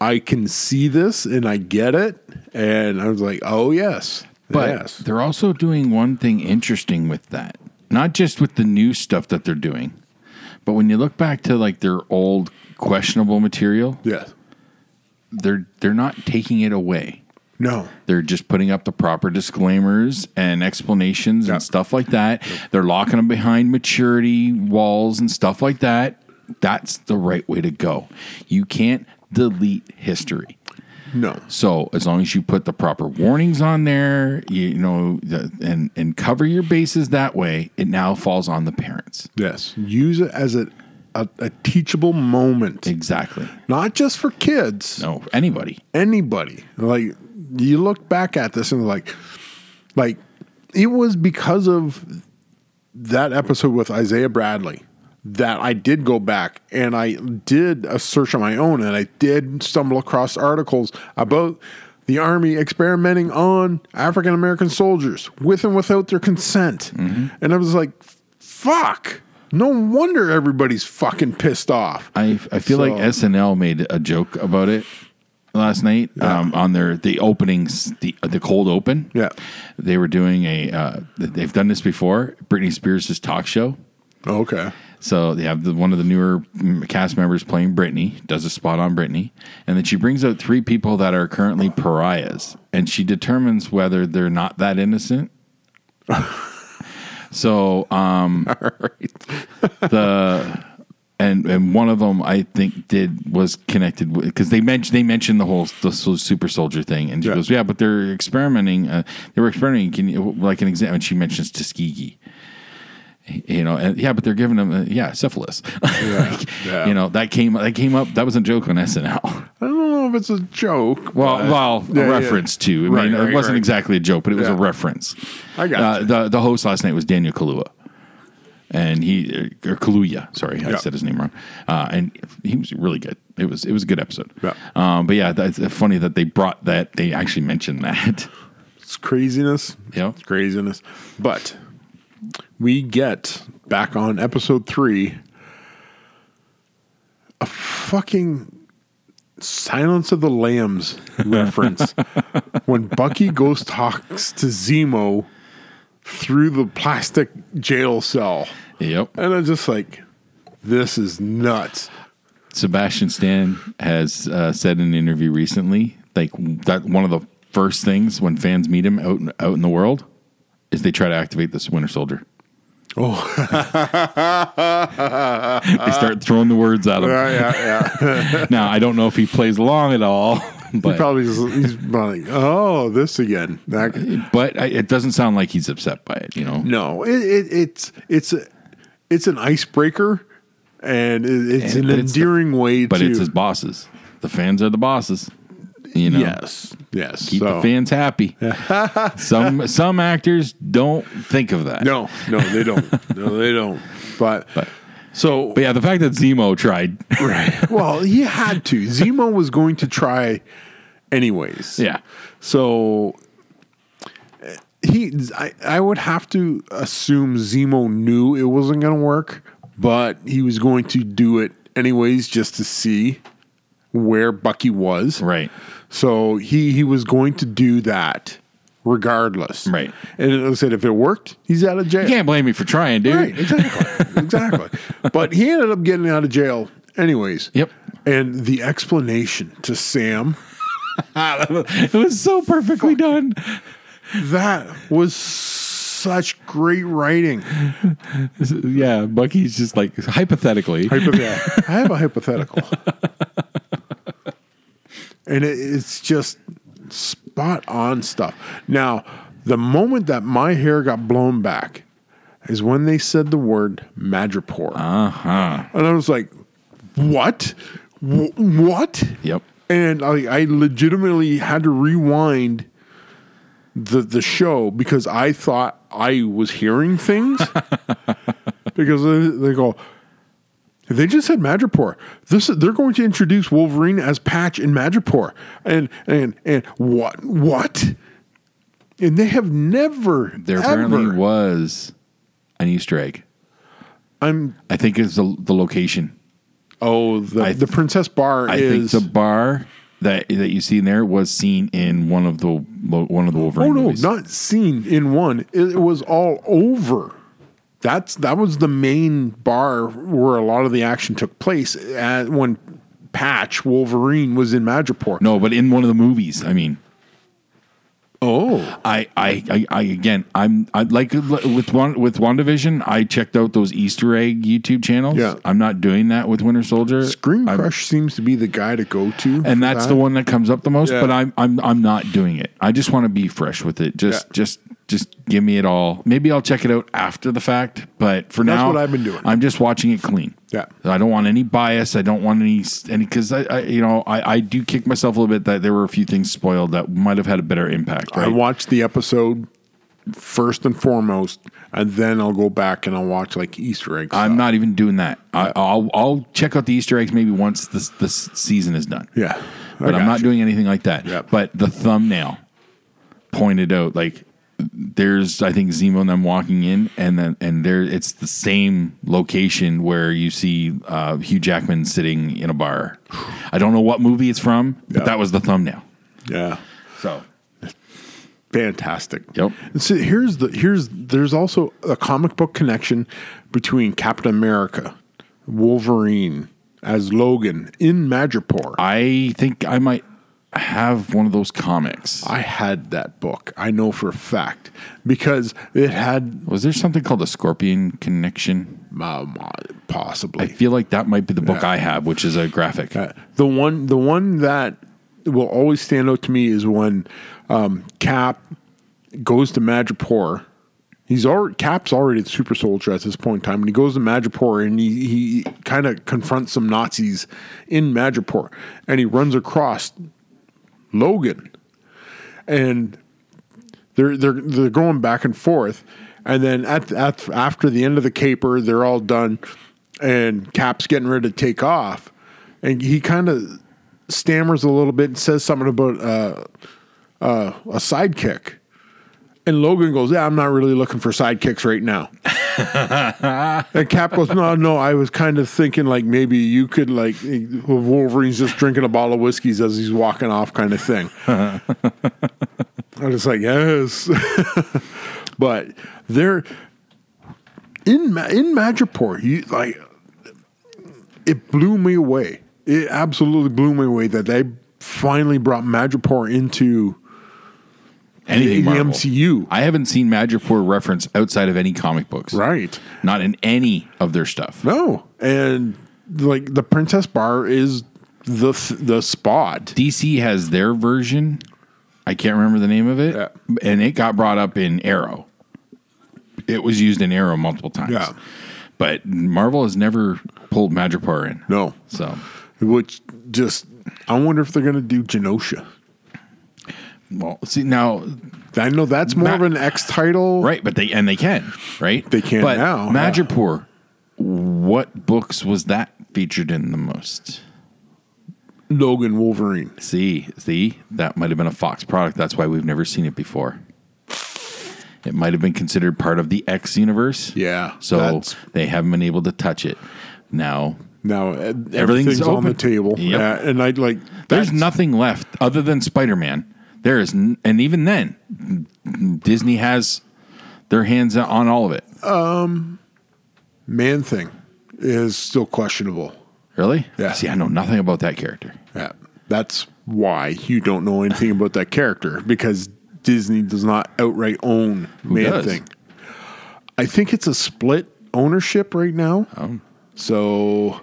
I can see this and I get it and I was like, "Oh yes."
But
yes.
they're also doing one thing interesting with that. Not just with the new stuff that they're doing, But when you look back to like their old questionable material,
Yes.
they're they're not taking it away.
No.
They're just putting up the proper disclaimers and explanations
Yeah.
and stuff like that. They're locking them behind maturity walls and stuff like that. That's the right way to go. You can't delete history.
No.
So as long as you put the proper warnings on there, you, you know, the, and and cover your bases that way, it now falls on the parents.
Yes. Use it as a, a, a teachable moment,
Exactly.
not just for kids.
No, anybody.
anybody. Like you look back at this and like, like it was because of that episode with Isaiah Bradley that I did go back and I did a search on my own and I did stumble across articles about the army experimenting on African American soldiers with and without their consent. And I was like, fuck. No wonder everybody's fucking pissed off.
I I feel like
So-
SNL made a joke about it last night um, on their the openings the the cold open.
Yeah.
they were doing a uh, they've done this before. Britney Spears' talk show.
Okay.
So they have the, one of the newer mm, cast members playing Britney, does a spot on Britney, and then she brings out three people that are currently pariahs, and she determines whether they're not that innocent. so, um, the and and one of them I think did was connected because they mentioned they mentioned the whole the so- super soldier thing, and she
Yeah.
goes, "Yeah, but they're experimenting. Uh, they were experimenting. Can you like an example?" And she mentions Tuskegee you know, and yeah, but they're giving them, uh, yeah, syphilis. Like,
yeah.
You know, that came, that came up, that was a joke on SNL.
I don't know Oh, if it's a joke.
Well,
but-
well,
uh, Yeah,
a
yeah.
reference to, I
Right,
mean,
right,
it wasn't
right.
exactly a joke, but it was
Yeah.
a reference.
I got
uh,
you.
the, the host last night was Daniel Kalua. And he, uh, or Kaluuya, sorry, I
Yeah.
said his name wrong. Uh, and he was really good. It was, it was a good episode.
Yeah.
Um, but yeah, that's funny that they brought that, they actually mentioned that.
It's craziness.
Yeah.
It's craziness. But we get back on episode three a fucking Silence of the Lambs reference when Bucky goes talks to Zemo through the plastic jail cell.
yep.
And I'm just like, this is nuts.
Sebastian Stan has uh, said in an interview recently, like that one of the first things when fans meet him out in, out in the world is they try to activate this Winter Soldier.
Oh,
They start throwing the words at him.
yeah, yeah.
Now I don't know if he plays along at all,
He
but
probably just, he's probably like, oh, this again. That-
but I, it doesn't sound like he's upset by it. You know,
No, it, it, it's it's a, it's an icebreaker, and it, it's
And-
an
but it's the-
endearing way.
but
to,
it's his bosses. The fans are the bosses. You know,
yes, yes.
keep
so-
the fans happy. some some actors don't think of that.
No, no, they don't. no, they don't. But,
But-
so
But yeah, the fact that Zemo tried,
well, he had to. Zemo was going to try, anyways.
yeah,
So eh, he, I, I would have to assume Zemo knew it wasn't going to work, but he was going to do it anyways just to see where Bucky was.
right,
So he he was going to do that regardless.
Right.
And I said if it worked, he's out of jail.
You can't blame me for trying, dude.
Right, exactly. exactly. But he ended up getting out of jail anyways.
Yep.
And the explanation to Sam
It was so perfectly done.
that was such great writing.
Yeah, Bucky's just like hypothetically.
Hypothet- I have a hypothetical. and it, it's just spot on stuff. Now, the moment that my hair got blown back is when they said the word madripoor. Uh huh. And I was like, what? Wh- what?
Yep.
And I, I legitimately had to rewind the the show because I thought I was hearing things because they, they go. They just said Madripoor. This is- they're going to introduce Wolverine as Patch in Madripoor, and and and what what? And they have never
There apparently
ever.
was an Easter egg.
I'm
I think it's the, the location.
oh the,
I-
the Princess Bar
I
is
think the bar that that you see in there was seen in one of the one of the Wolverine
oh no
movies.
not seen in one. It, was all over That's that was the main bar where a lot of the action took place at when Patch Wolverine was in Madripoor.
No, but in one of the movies, I mean.
Oh,
I, I, I, I again, I'm I like with one with WandaVision. I checked out those Easter egg YouTube channels.
Yeah.
I'm not doing that with Winter Soldier.
Screen
I'm-
Crush seems to be the guy to go to, for
and that's the
that.
one that comes up the most.
Yeah.
But I'm I'm I'm not doing it. I just want to be fresh with it. Just
Yeah.
just just give me it all. Maybe I'll check it out after the fact. But for
That's
now,
what I've been doing.
I'm just watching it clean.
Yeah.
I don't want any bias. I don't want any any because I, I you know I I do kick myself a little bit that there were a few things spoiled that might have had a better impact.
I
Right?
watch the episode first and foremost, and then I'll go back and I'll watch like Easter eggs.
I'm not even doing that. I, I'll I'll check out the Easter eggs maybe once this this season is done.
Yeah,
but
I
I'm
got
not
you.
doing anything like that.
Yep.
But the thumbnail pointed out like there's I think Zemo and them walking in, and then and there it's the same location where you see uh, Hugh Jackman sitting in a bar. I don't know what movie it's from, but
Yep.
that was the thumbnail.
Yeah,
So
fantastic.
Yep.
And so here's the here's there's also a comic book connection between Captain America, Wolverine as Logan in Madripoor. I,
I think I might have one of those comics.
had that book. I know for a fact because it had
Was there something called the Scorpion Connection?
um,
I
possibly
feel like that might be the book
Yeah.
I have, which is a graphic.
Uh, the one the one that will always stand out to me is when um, Cap goes to Madripoor. He's already Cap's already the super soldier at this point in time, and he goes to Madripoor and he, he kind of confronts some Nazis in Madripoor, and he runs across Logan, and they're they're they're going back and forth, and then at, at after the end of the caper, they're all done, and Cap's getting ready to take off, and he kind of stammers a little bit and says something about uh, uh, a sidekick, and Logan goes, "Yeah, I'm not really looking for sidekicks right now." and Cap goes, "No, no, I was kind of thinking like maybe you could like Wolverine's just drinking a bottle of whiskeys as he's walking off, kind of thing." I'm just like, yes. but they're in Ma- in Madripoor. You like it blew me away. It absolutely blew me away that they finally brought Madripoor into
Anything
the
Marvel.
MCU.
I haven't seen Madripoor reference outside of any comic books.
right.
Not in any of their stuff.
No, and like the Princess Bar is the the spot.
DC has their version. I can't remember the name of it.
Yeah.
And it got brought up in Arrow. It was used in Arrow multiple times.
Yeah.
But Marvel has never pulled Madripoor in.
No,
So
which just I wonder if they're gonna do Genosha.
well see now
I know that's more
Ma-
of an X title,
Right, but they and they can, right?
They can
but
now, yeah.
Madripoor, what books was that featured in the most?
Logan Wolverine.
See, see, that might have been a Fox product. That's why we've never seen it before. It might have been considered part of the X universe.
Yeah,
So
that's-
they haven't been able to touch it. Now
Now eh, everything's, on
open.
the table,
Yep.
yeah. And I like
there's
that's-
nothing left other than Spider Man. There is, n- and even then, Disney has their hands on all of it.
man thing is still questionable.
Really?
Yeah.
See, I know nothing about that character.
Yeah, that's why you don't know anything about that character because Disney does not outright own man
does?
thing. I think it's a split ownership right now.
Oh.
So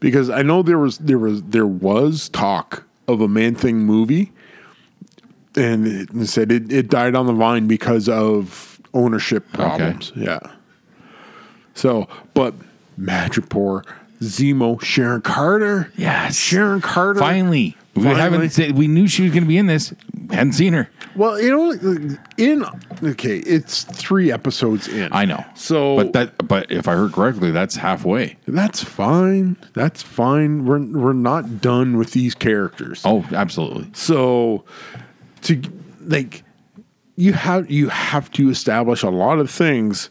because I know there was there was there was talk of a man thing movie and it it said it, it died on the vine because of ownership problems. Yeah. So, but Madripoor, Zemo, Sharon Carter.
Yes.
Sharon Carter.
Finally. We
Finally.
haven't said we knew she was going to be in this. Hadn't seen her.
Well, it only in okay, it's three episodes in.
I know.
So
but that but if I heard correctly, that's halfway.
that's fine. That's fine. We're we're not done with these characters.
Oh, absolutely.
So to like you have you have to establish a lot of things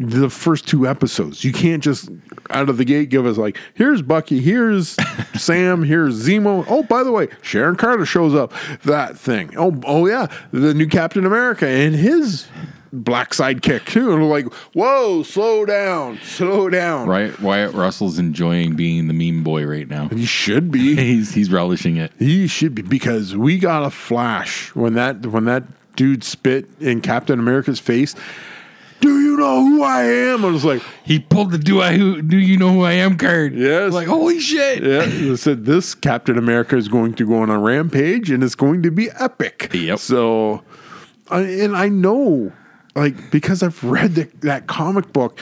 the first two episodes. You can't just out of the gate give us like here's Bucky, here's Sam, here's Zemo. Oh, by the way, Sharon Carter shows up. That thing. Oh, oh yeah, the new Captain America and his black sidekick too, and we're like, "Whoa, slow down, slow down."
Right? Wyatt Russell's enjoying being the meme boy right now.
He should be.
He's he's relishing it.
he should be because we got a flash when that when that dude spit in Captain America's face. Do you know who I am? I was like,
He pulled the do I who do you know who I am card.
Yes.
Like holy shit.
Yeah, they said this Captain America is going to go on a rampage and it's going to be epic.
Yep.
So, I, and I know, like, because I've read the, that comic book,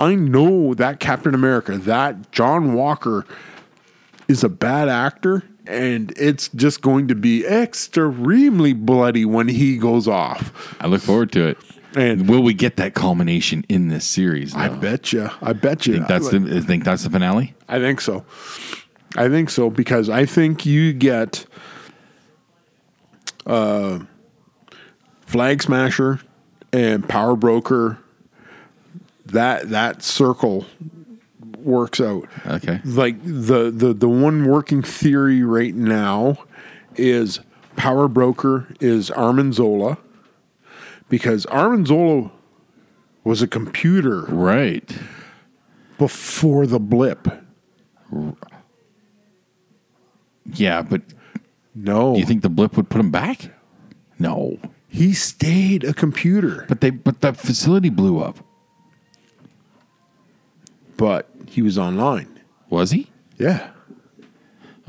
I know that Captain America, that John Walker, is a bad actor and it's just going to be extremely bloody when he goes off.
I look forward to it.
And-
will we get that culmination in this series?
I
though?
bet you. I bet you.
Think that's the I think that's the finale.
I think so. I think so because I think you get uh, Flag Smasher and Power Broker. That that circle works out.
Okay.
Like the the the one working theory right now is Power Broker is Armin Zola because Armin Zola was a computer
Right.
before the blip.
Yeah, but
No,
do you think the blip would put him back? No.
He stayed a computer,
But they but the facility blew up.
but he was online.
Was he?
Yeah.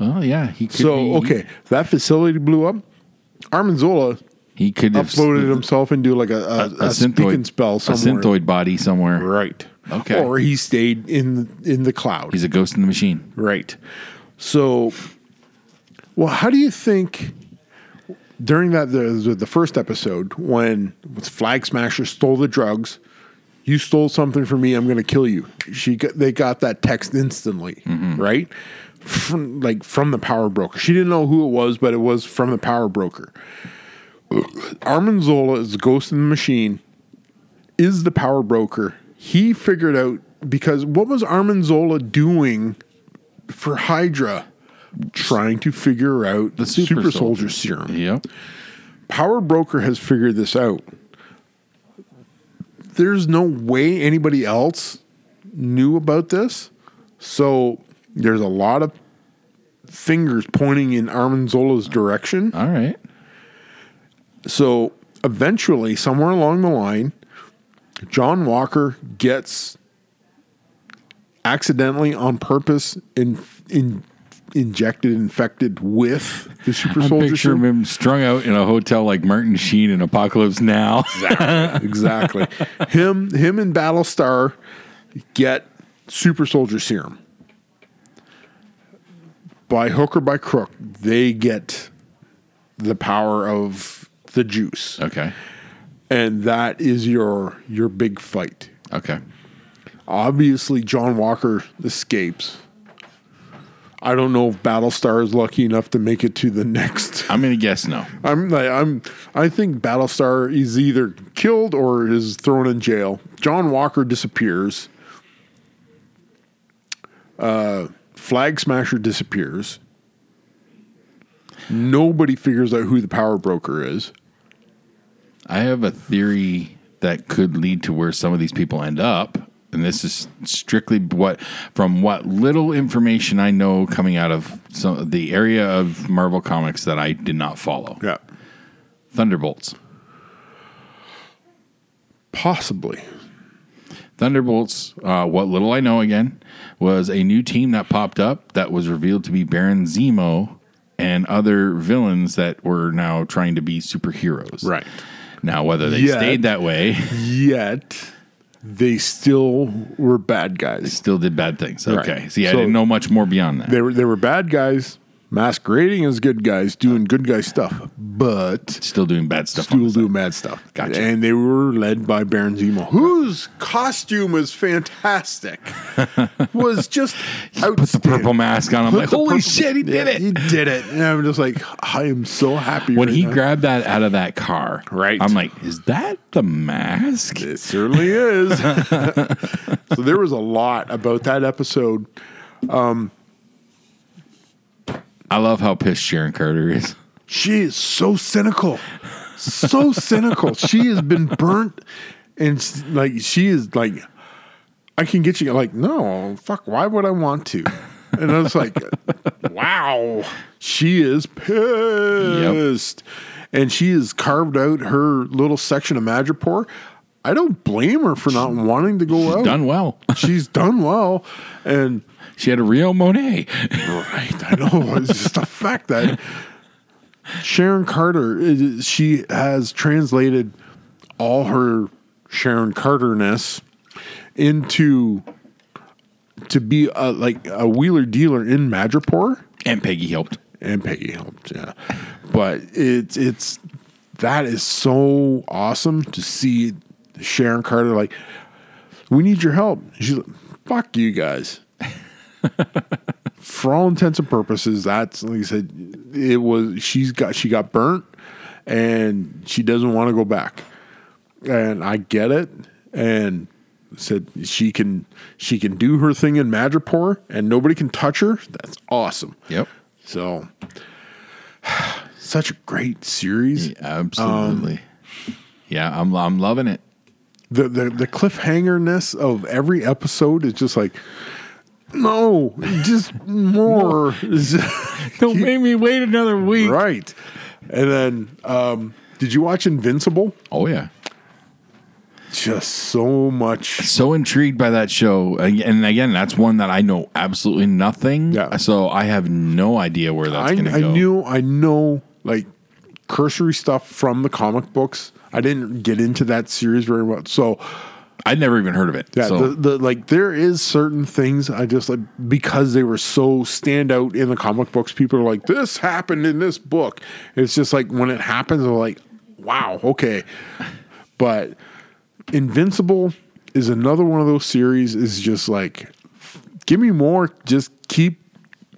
Oh yeah, he could
so
be-
okay, that facility blew up. Armin Zola
He could have
uploaded himself into like a, a, a, speaking spell somewhere.
A synthoid body somewhere.
Right.
Okay.
Or he stayed in in the cloud.
He's a ghost in the machine.
right. So, well, how do you think during that the the, the first episode when Flag Smasher stole the drugs? You stole something from me. I'm going to kill you. She got, they got that text instantly, right? From, like from the power broker. She didn't know who it was, but it was from the power broker. Armin Zola is the ghost in the machine, is the power broker. He figured out because what was Armin Zola doing for Hydra? Trying to figure out the
super
super, soldier,
soldier.
serum.
Yep.
Power broker has figured this out. There's no way anybody else knew about this. So there's a lot of fingers pointing in Armin Zola's direction.
All right.
So eventually, somewhere along the line, John Walker gets accidentally on purpose in, in injected, infected with the super
I'm
soldier
picturing
serum.
him strung out in a hotel like Martin Sheen in Apocalypse Now.
exactly. Him him and Battlestar get super soldier serum. By hook or by crook, they get the power of the juice.
okay.
And that is your your big fight.
Okay.
Obviously, John Walker escapes. I don't know if Battlestar is lucky enough to make it to the next.
I'm gonna guess no.
I'm like I'm. I think Battlestar is either killed or is thrown in jail. John Walker disappears. Uh, Flag Smasher disappears. Nobody figures out who the power broker is.
I have a theory that could lead to where some of these people end up. And this is strictly what, from what little information I know coming out of some, the area of Marvel Comics that I did not follow.
Yeah,
Thunderbolts.
possibly.
Thunderbolts, uh, what little I know again, was a new team that popped up that was revealed to be Baron Zemo and other villains that were now trying to be superheroes.
Right.
Now, whether they
Yeah.
stayed that way,
Yet they still were bad guys.
still did bad things.
Right.
Okay. See, I
So-
didn't know much more beyond that.
They were they were bad guys masquerading as good guys, doing good guy stuff, but
still doing bad stuff. on
still
the
do
side.
mad stuff.
Gotcha.
And they were led by Baron Zemo, whose costume was fantastic. was just
Put the purple mask on. I'm like, holy shit, he did it.
He did it. And I'm just like, I am so happy.
when
right
he
now.
grabbed that out of that car,
Right.
I'm like, is that the mask?
it certainly is. so there was a lot about that episode.
I love how pissed Sharon Carter is.
She is so cynical. so cynical. She has been burnt, and s- like she is like, I can get you. Like, no, fuck. Why would I want to? And I was like, wow, she is pissed, and she has carved out her little section of Madripoor. I don't blame her for not wanting to go out.
Done well.
She's done well, and
She had a real Monet.
Right, I know. It's just the fact that Sharon Carter, is- she has translated all her Sharon Carterness into to be a, like a wheeler dealer in Madripoor
and Peggy helped.
and Peggy helped, yeah. But it's it's that is so awesome to see Sharon Carter like, we need your help. She's like, fuck you guys. For all intents and purposes, that's like I said, it was she's got she got burnt and she doesn't want to go back. And I get it. And said she can she can do her thing in Madripoor and nobody can touch her. That's awesome.
Yep.
So, such a great series.
Absolutely. Um, yeah, I'm I'm loving it.
The the the cliffhangerness of every episode is just like, no, just more.
Don't make me wait another week.
right. And then, um, did you watch Invincible?
Oh yeah.
Just so much.
So intrigued by that show. And- And again, that's one that I know absolutely nothing.
Yeah.
So I have no idea where that's
I,
going to go.
I knew I know like cursory stuff from the comic books. I didn't get into that series very much, so
I'd never even heard of it.
Yeah,
so
the, the like there is certain things I just like because they were so standout in the comic books. People are like, this happened in this book. It's just like when it happens, I'm like, wow, okay. But Invincible is another one of those series. Is just like, give me more. Just keep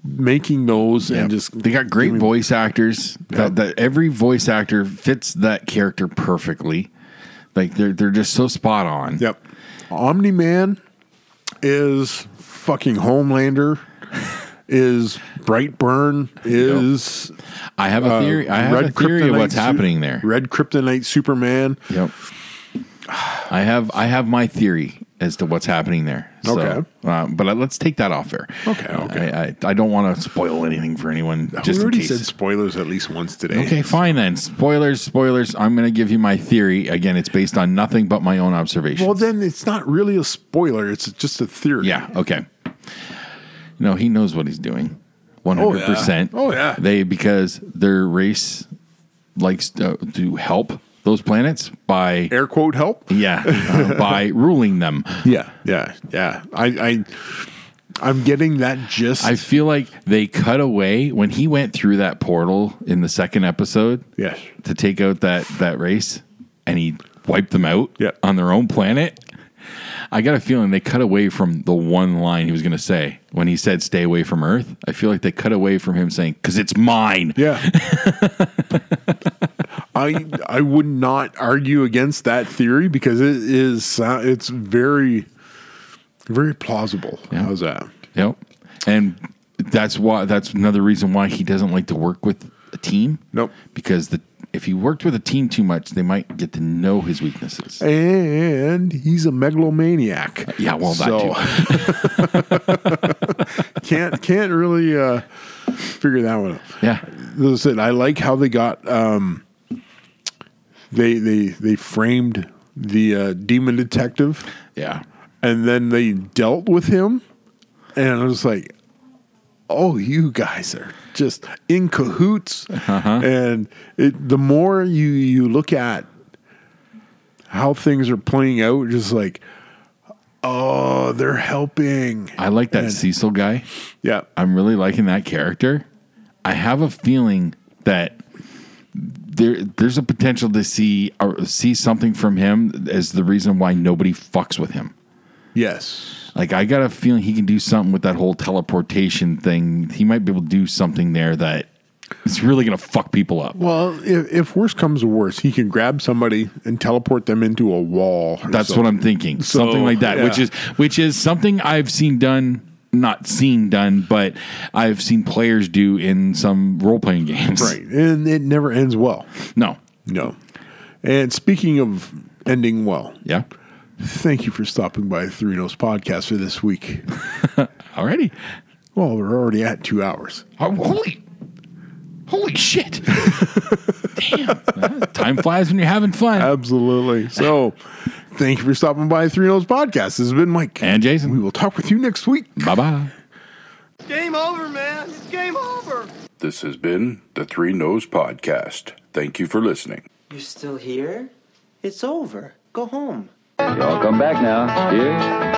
making those
Yeah.
and just
they got great
give me-
voice actors.
Yeah.
That, that every voice actor fits that character perfectly. Like they're they're just so spot on.
Yep. Omni Man is fucking Homelander. Is Brightburn is
I have a theory. I have a theory of
Uh, Kryptonite
what's
Su-
happening there.
Red Kryptonite Superman.
Yep. I have I have my theory as to what's happening there. So,
Okay.
uh, but uh, let's take that off there.
Okay,
Uh,
okay.
I, I, I don't want to spoil anything for anyone. Just
we
in
already
case.
said spoilers at least once today.
Okay, fine then. Spoilers, spoilers. I'm going to give you my theory. Again, it's based on nothing but my own observation.
Well, then it's not really a spoiler. It's just a theory.
yeah, okay. No, he knows what he's doing. 100%.
Oh, yeah.
They because their race likes to, to help those planets by
Air quote help.
yeah, uh, by ruling them.
Yeah. Yeah. Yeah. I. I I'm getting that gist.
I feel like they cut away when he went through that portal in the second episode.
Yes.
To take out that that race and he wiped them out
Yeah.
on their own planet. I got a feeling they cut away from the one line he was going to say when he said stay away from Earth. I feel like they cut away from him saying cuz it's mine.
Yeah. I I would not argue against that theory because it is uh, it's very very plausible. How's that?
Yep. And that's why that's another reason why he doesn't like to work with a team.
Nope.
Because the if he worked with a team too much, they might get to know his weaknesses.
And he's a megalomaniac.
Uh, Yeah, well, that
too. can't can't really uh, figure that one out.
Yeah.
Listen, I like how they got um, they they they framed the uh, demon detective.
Yeah.
and then they dealt with him and i was like oh you guys are just in cahoots
Uh-huh.
and it, the more you you look at how things are playing out just like oh they're helping
I like that
And-
Cecil guy.
yeah
I'm really liking that character. I have a feeling that there there's a potential to see or see something from him as the reason why nobody fucks with him.
yes
Like I got a feeling he can do something with that whole teleportation thing. He might be able to do something there that is really going to fuck people up.
well if, if worse comes to worse he can grab somebody and teleport them into a wall or
That's
something.
what I'm thinking. something like that,
yeah.
which is which is something I've seen done, not seen done, but I've seen players do in some role playing games.
right and it never ends well
No.
no And speaking of ending well,
Yeah.
thank you for stopping by Three Nose Podcast for this week.
Alrighty.
Well, we're already at two hours.
Oh, holy, holy shit! Damn, Well, time flies when you're having fun.
Absolutely. So, thank you for stopping by Three Nose Podcast. This has been Mike.
and
we
Jason,
will talk with you next week.
bye bye.
Game over, man. It's game over.
This has been the Three Nose Podcast. Thank you for listening.
You're still here? It's over. Go home.
Y'all come back now. Here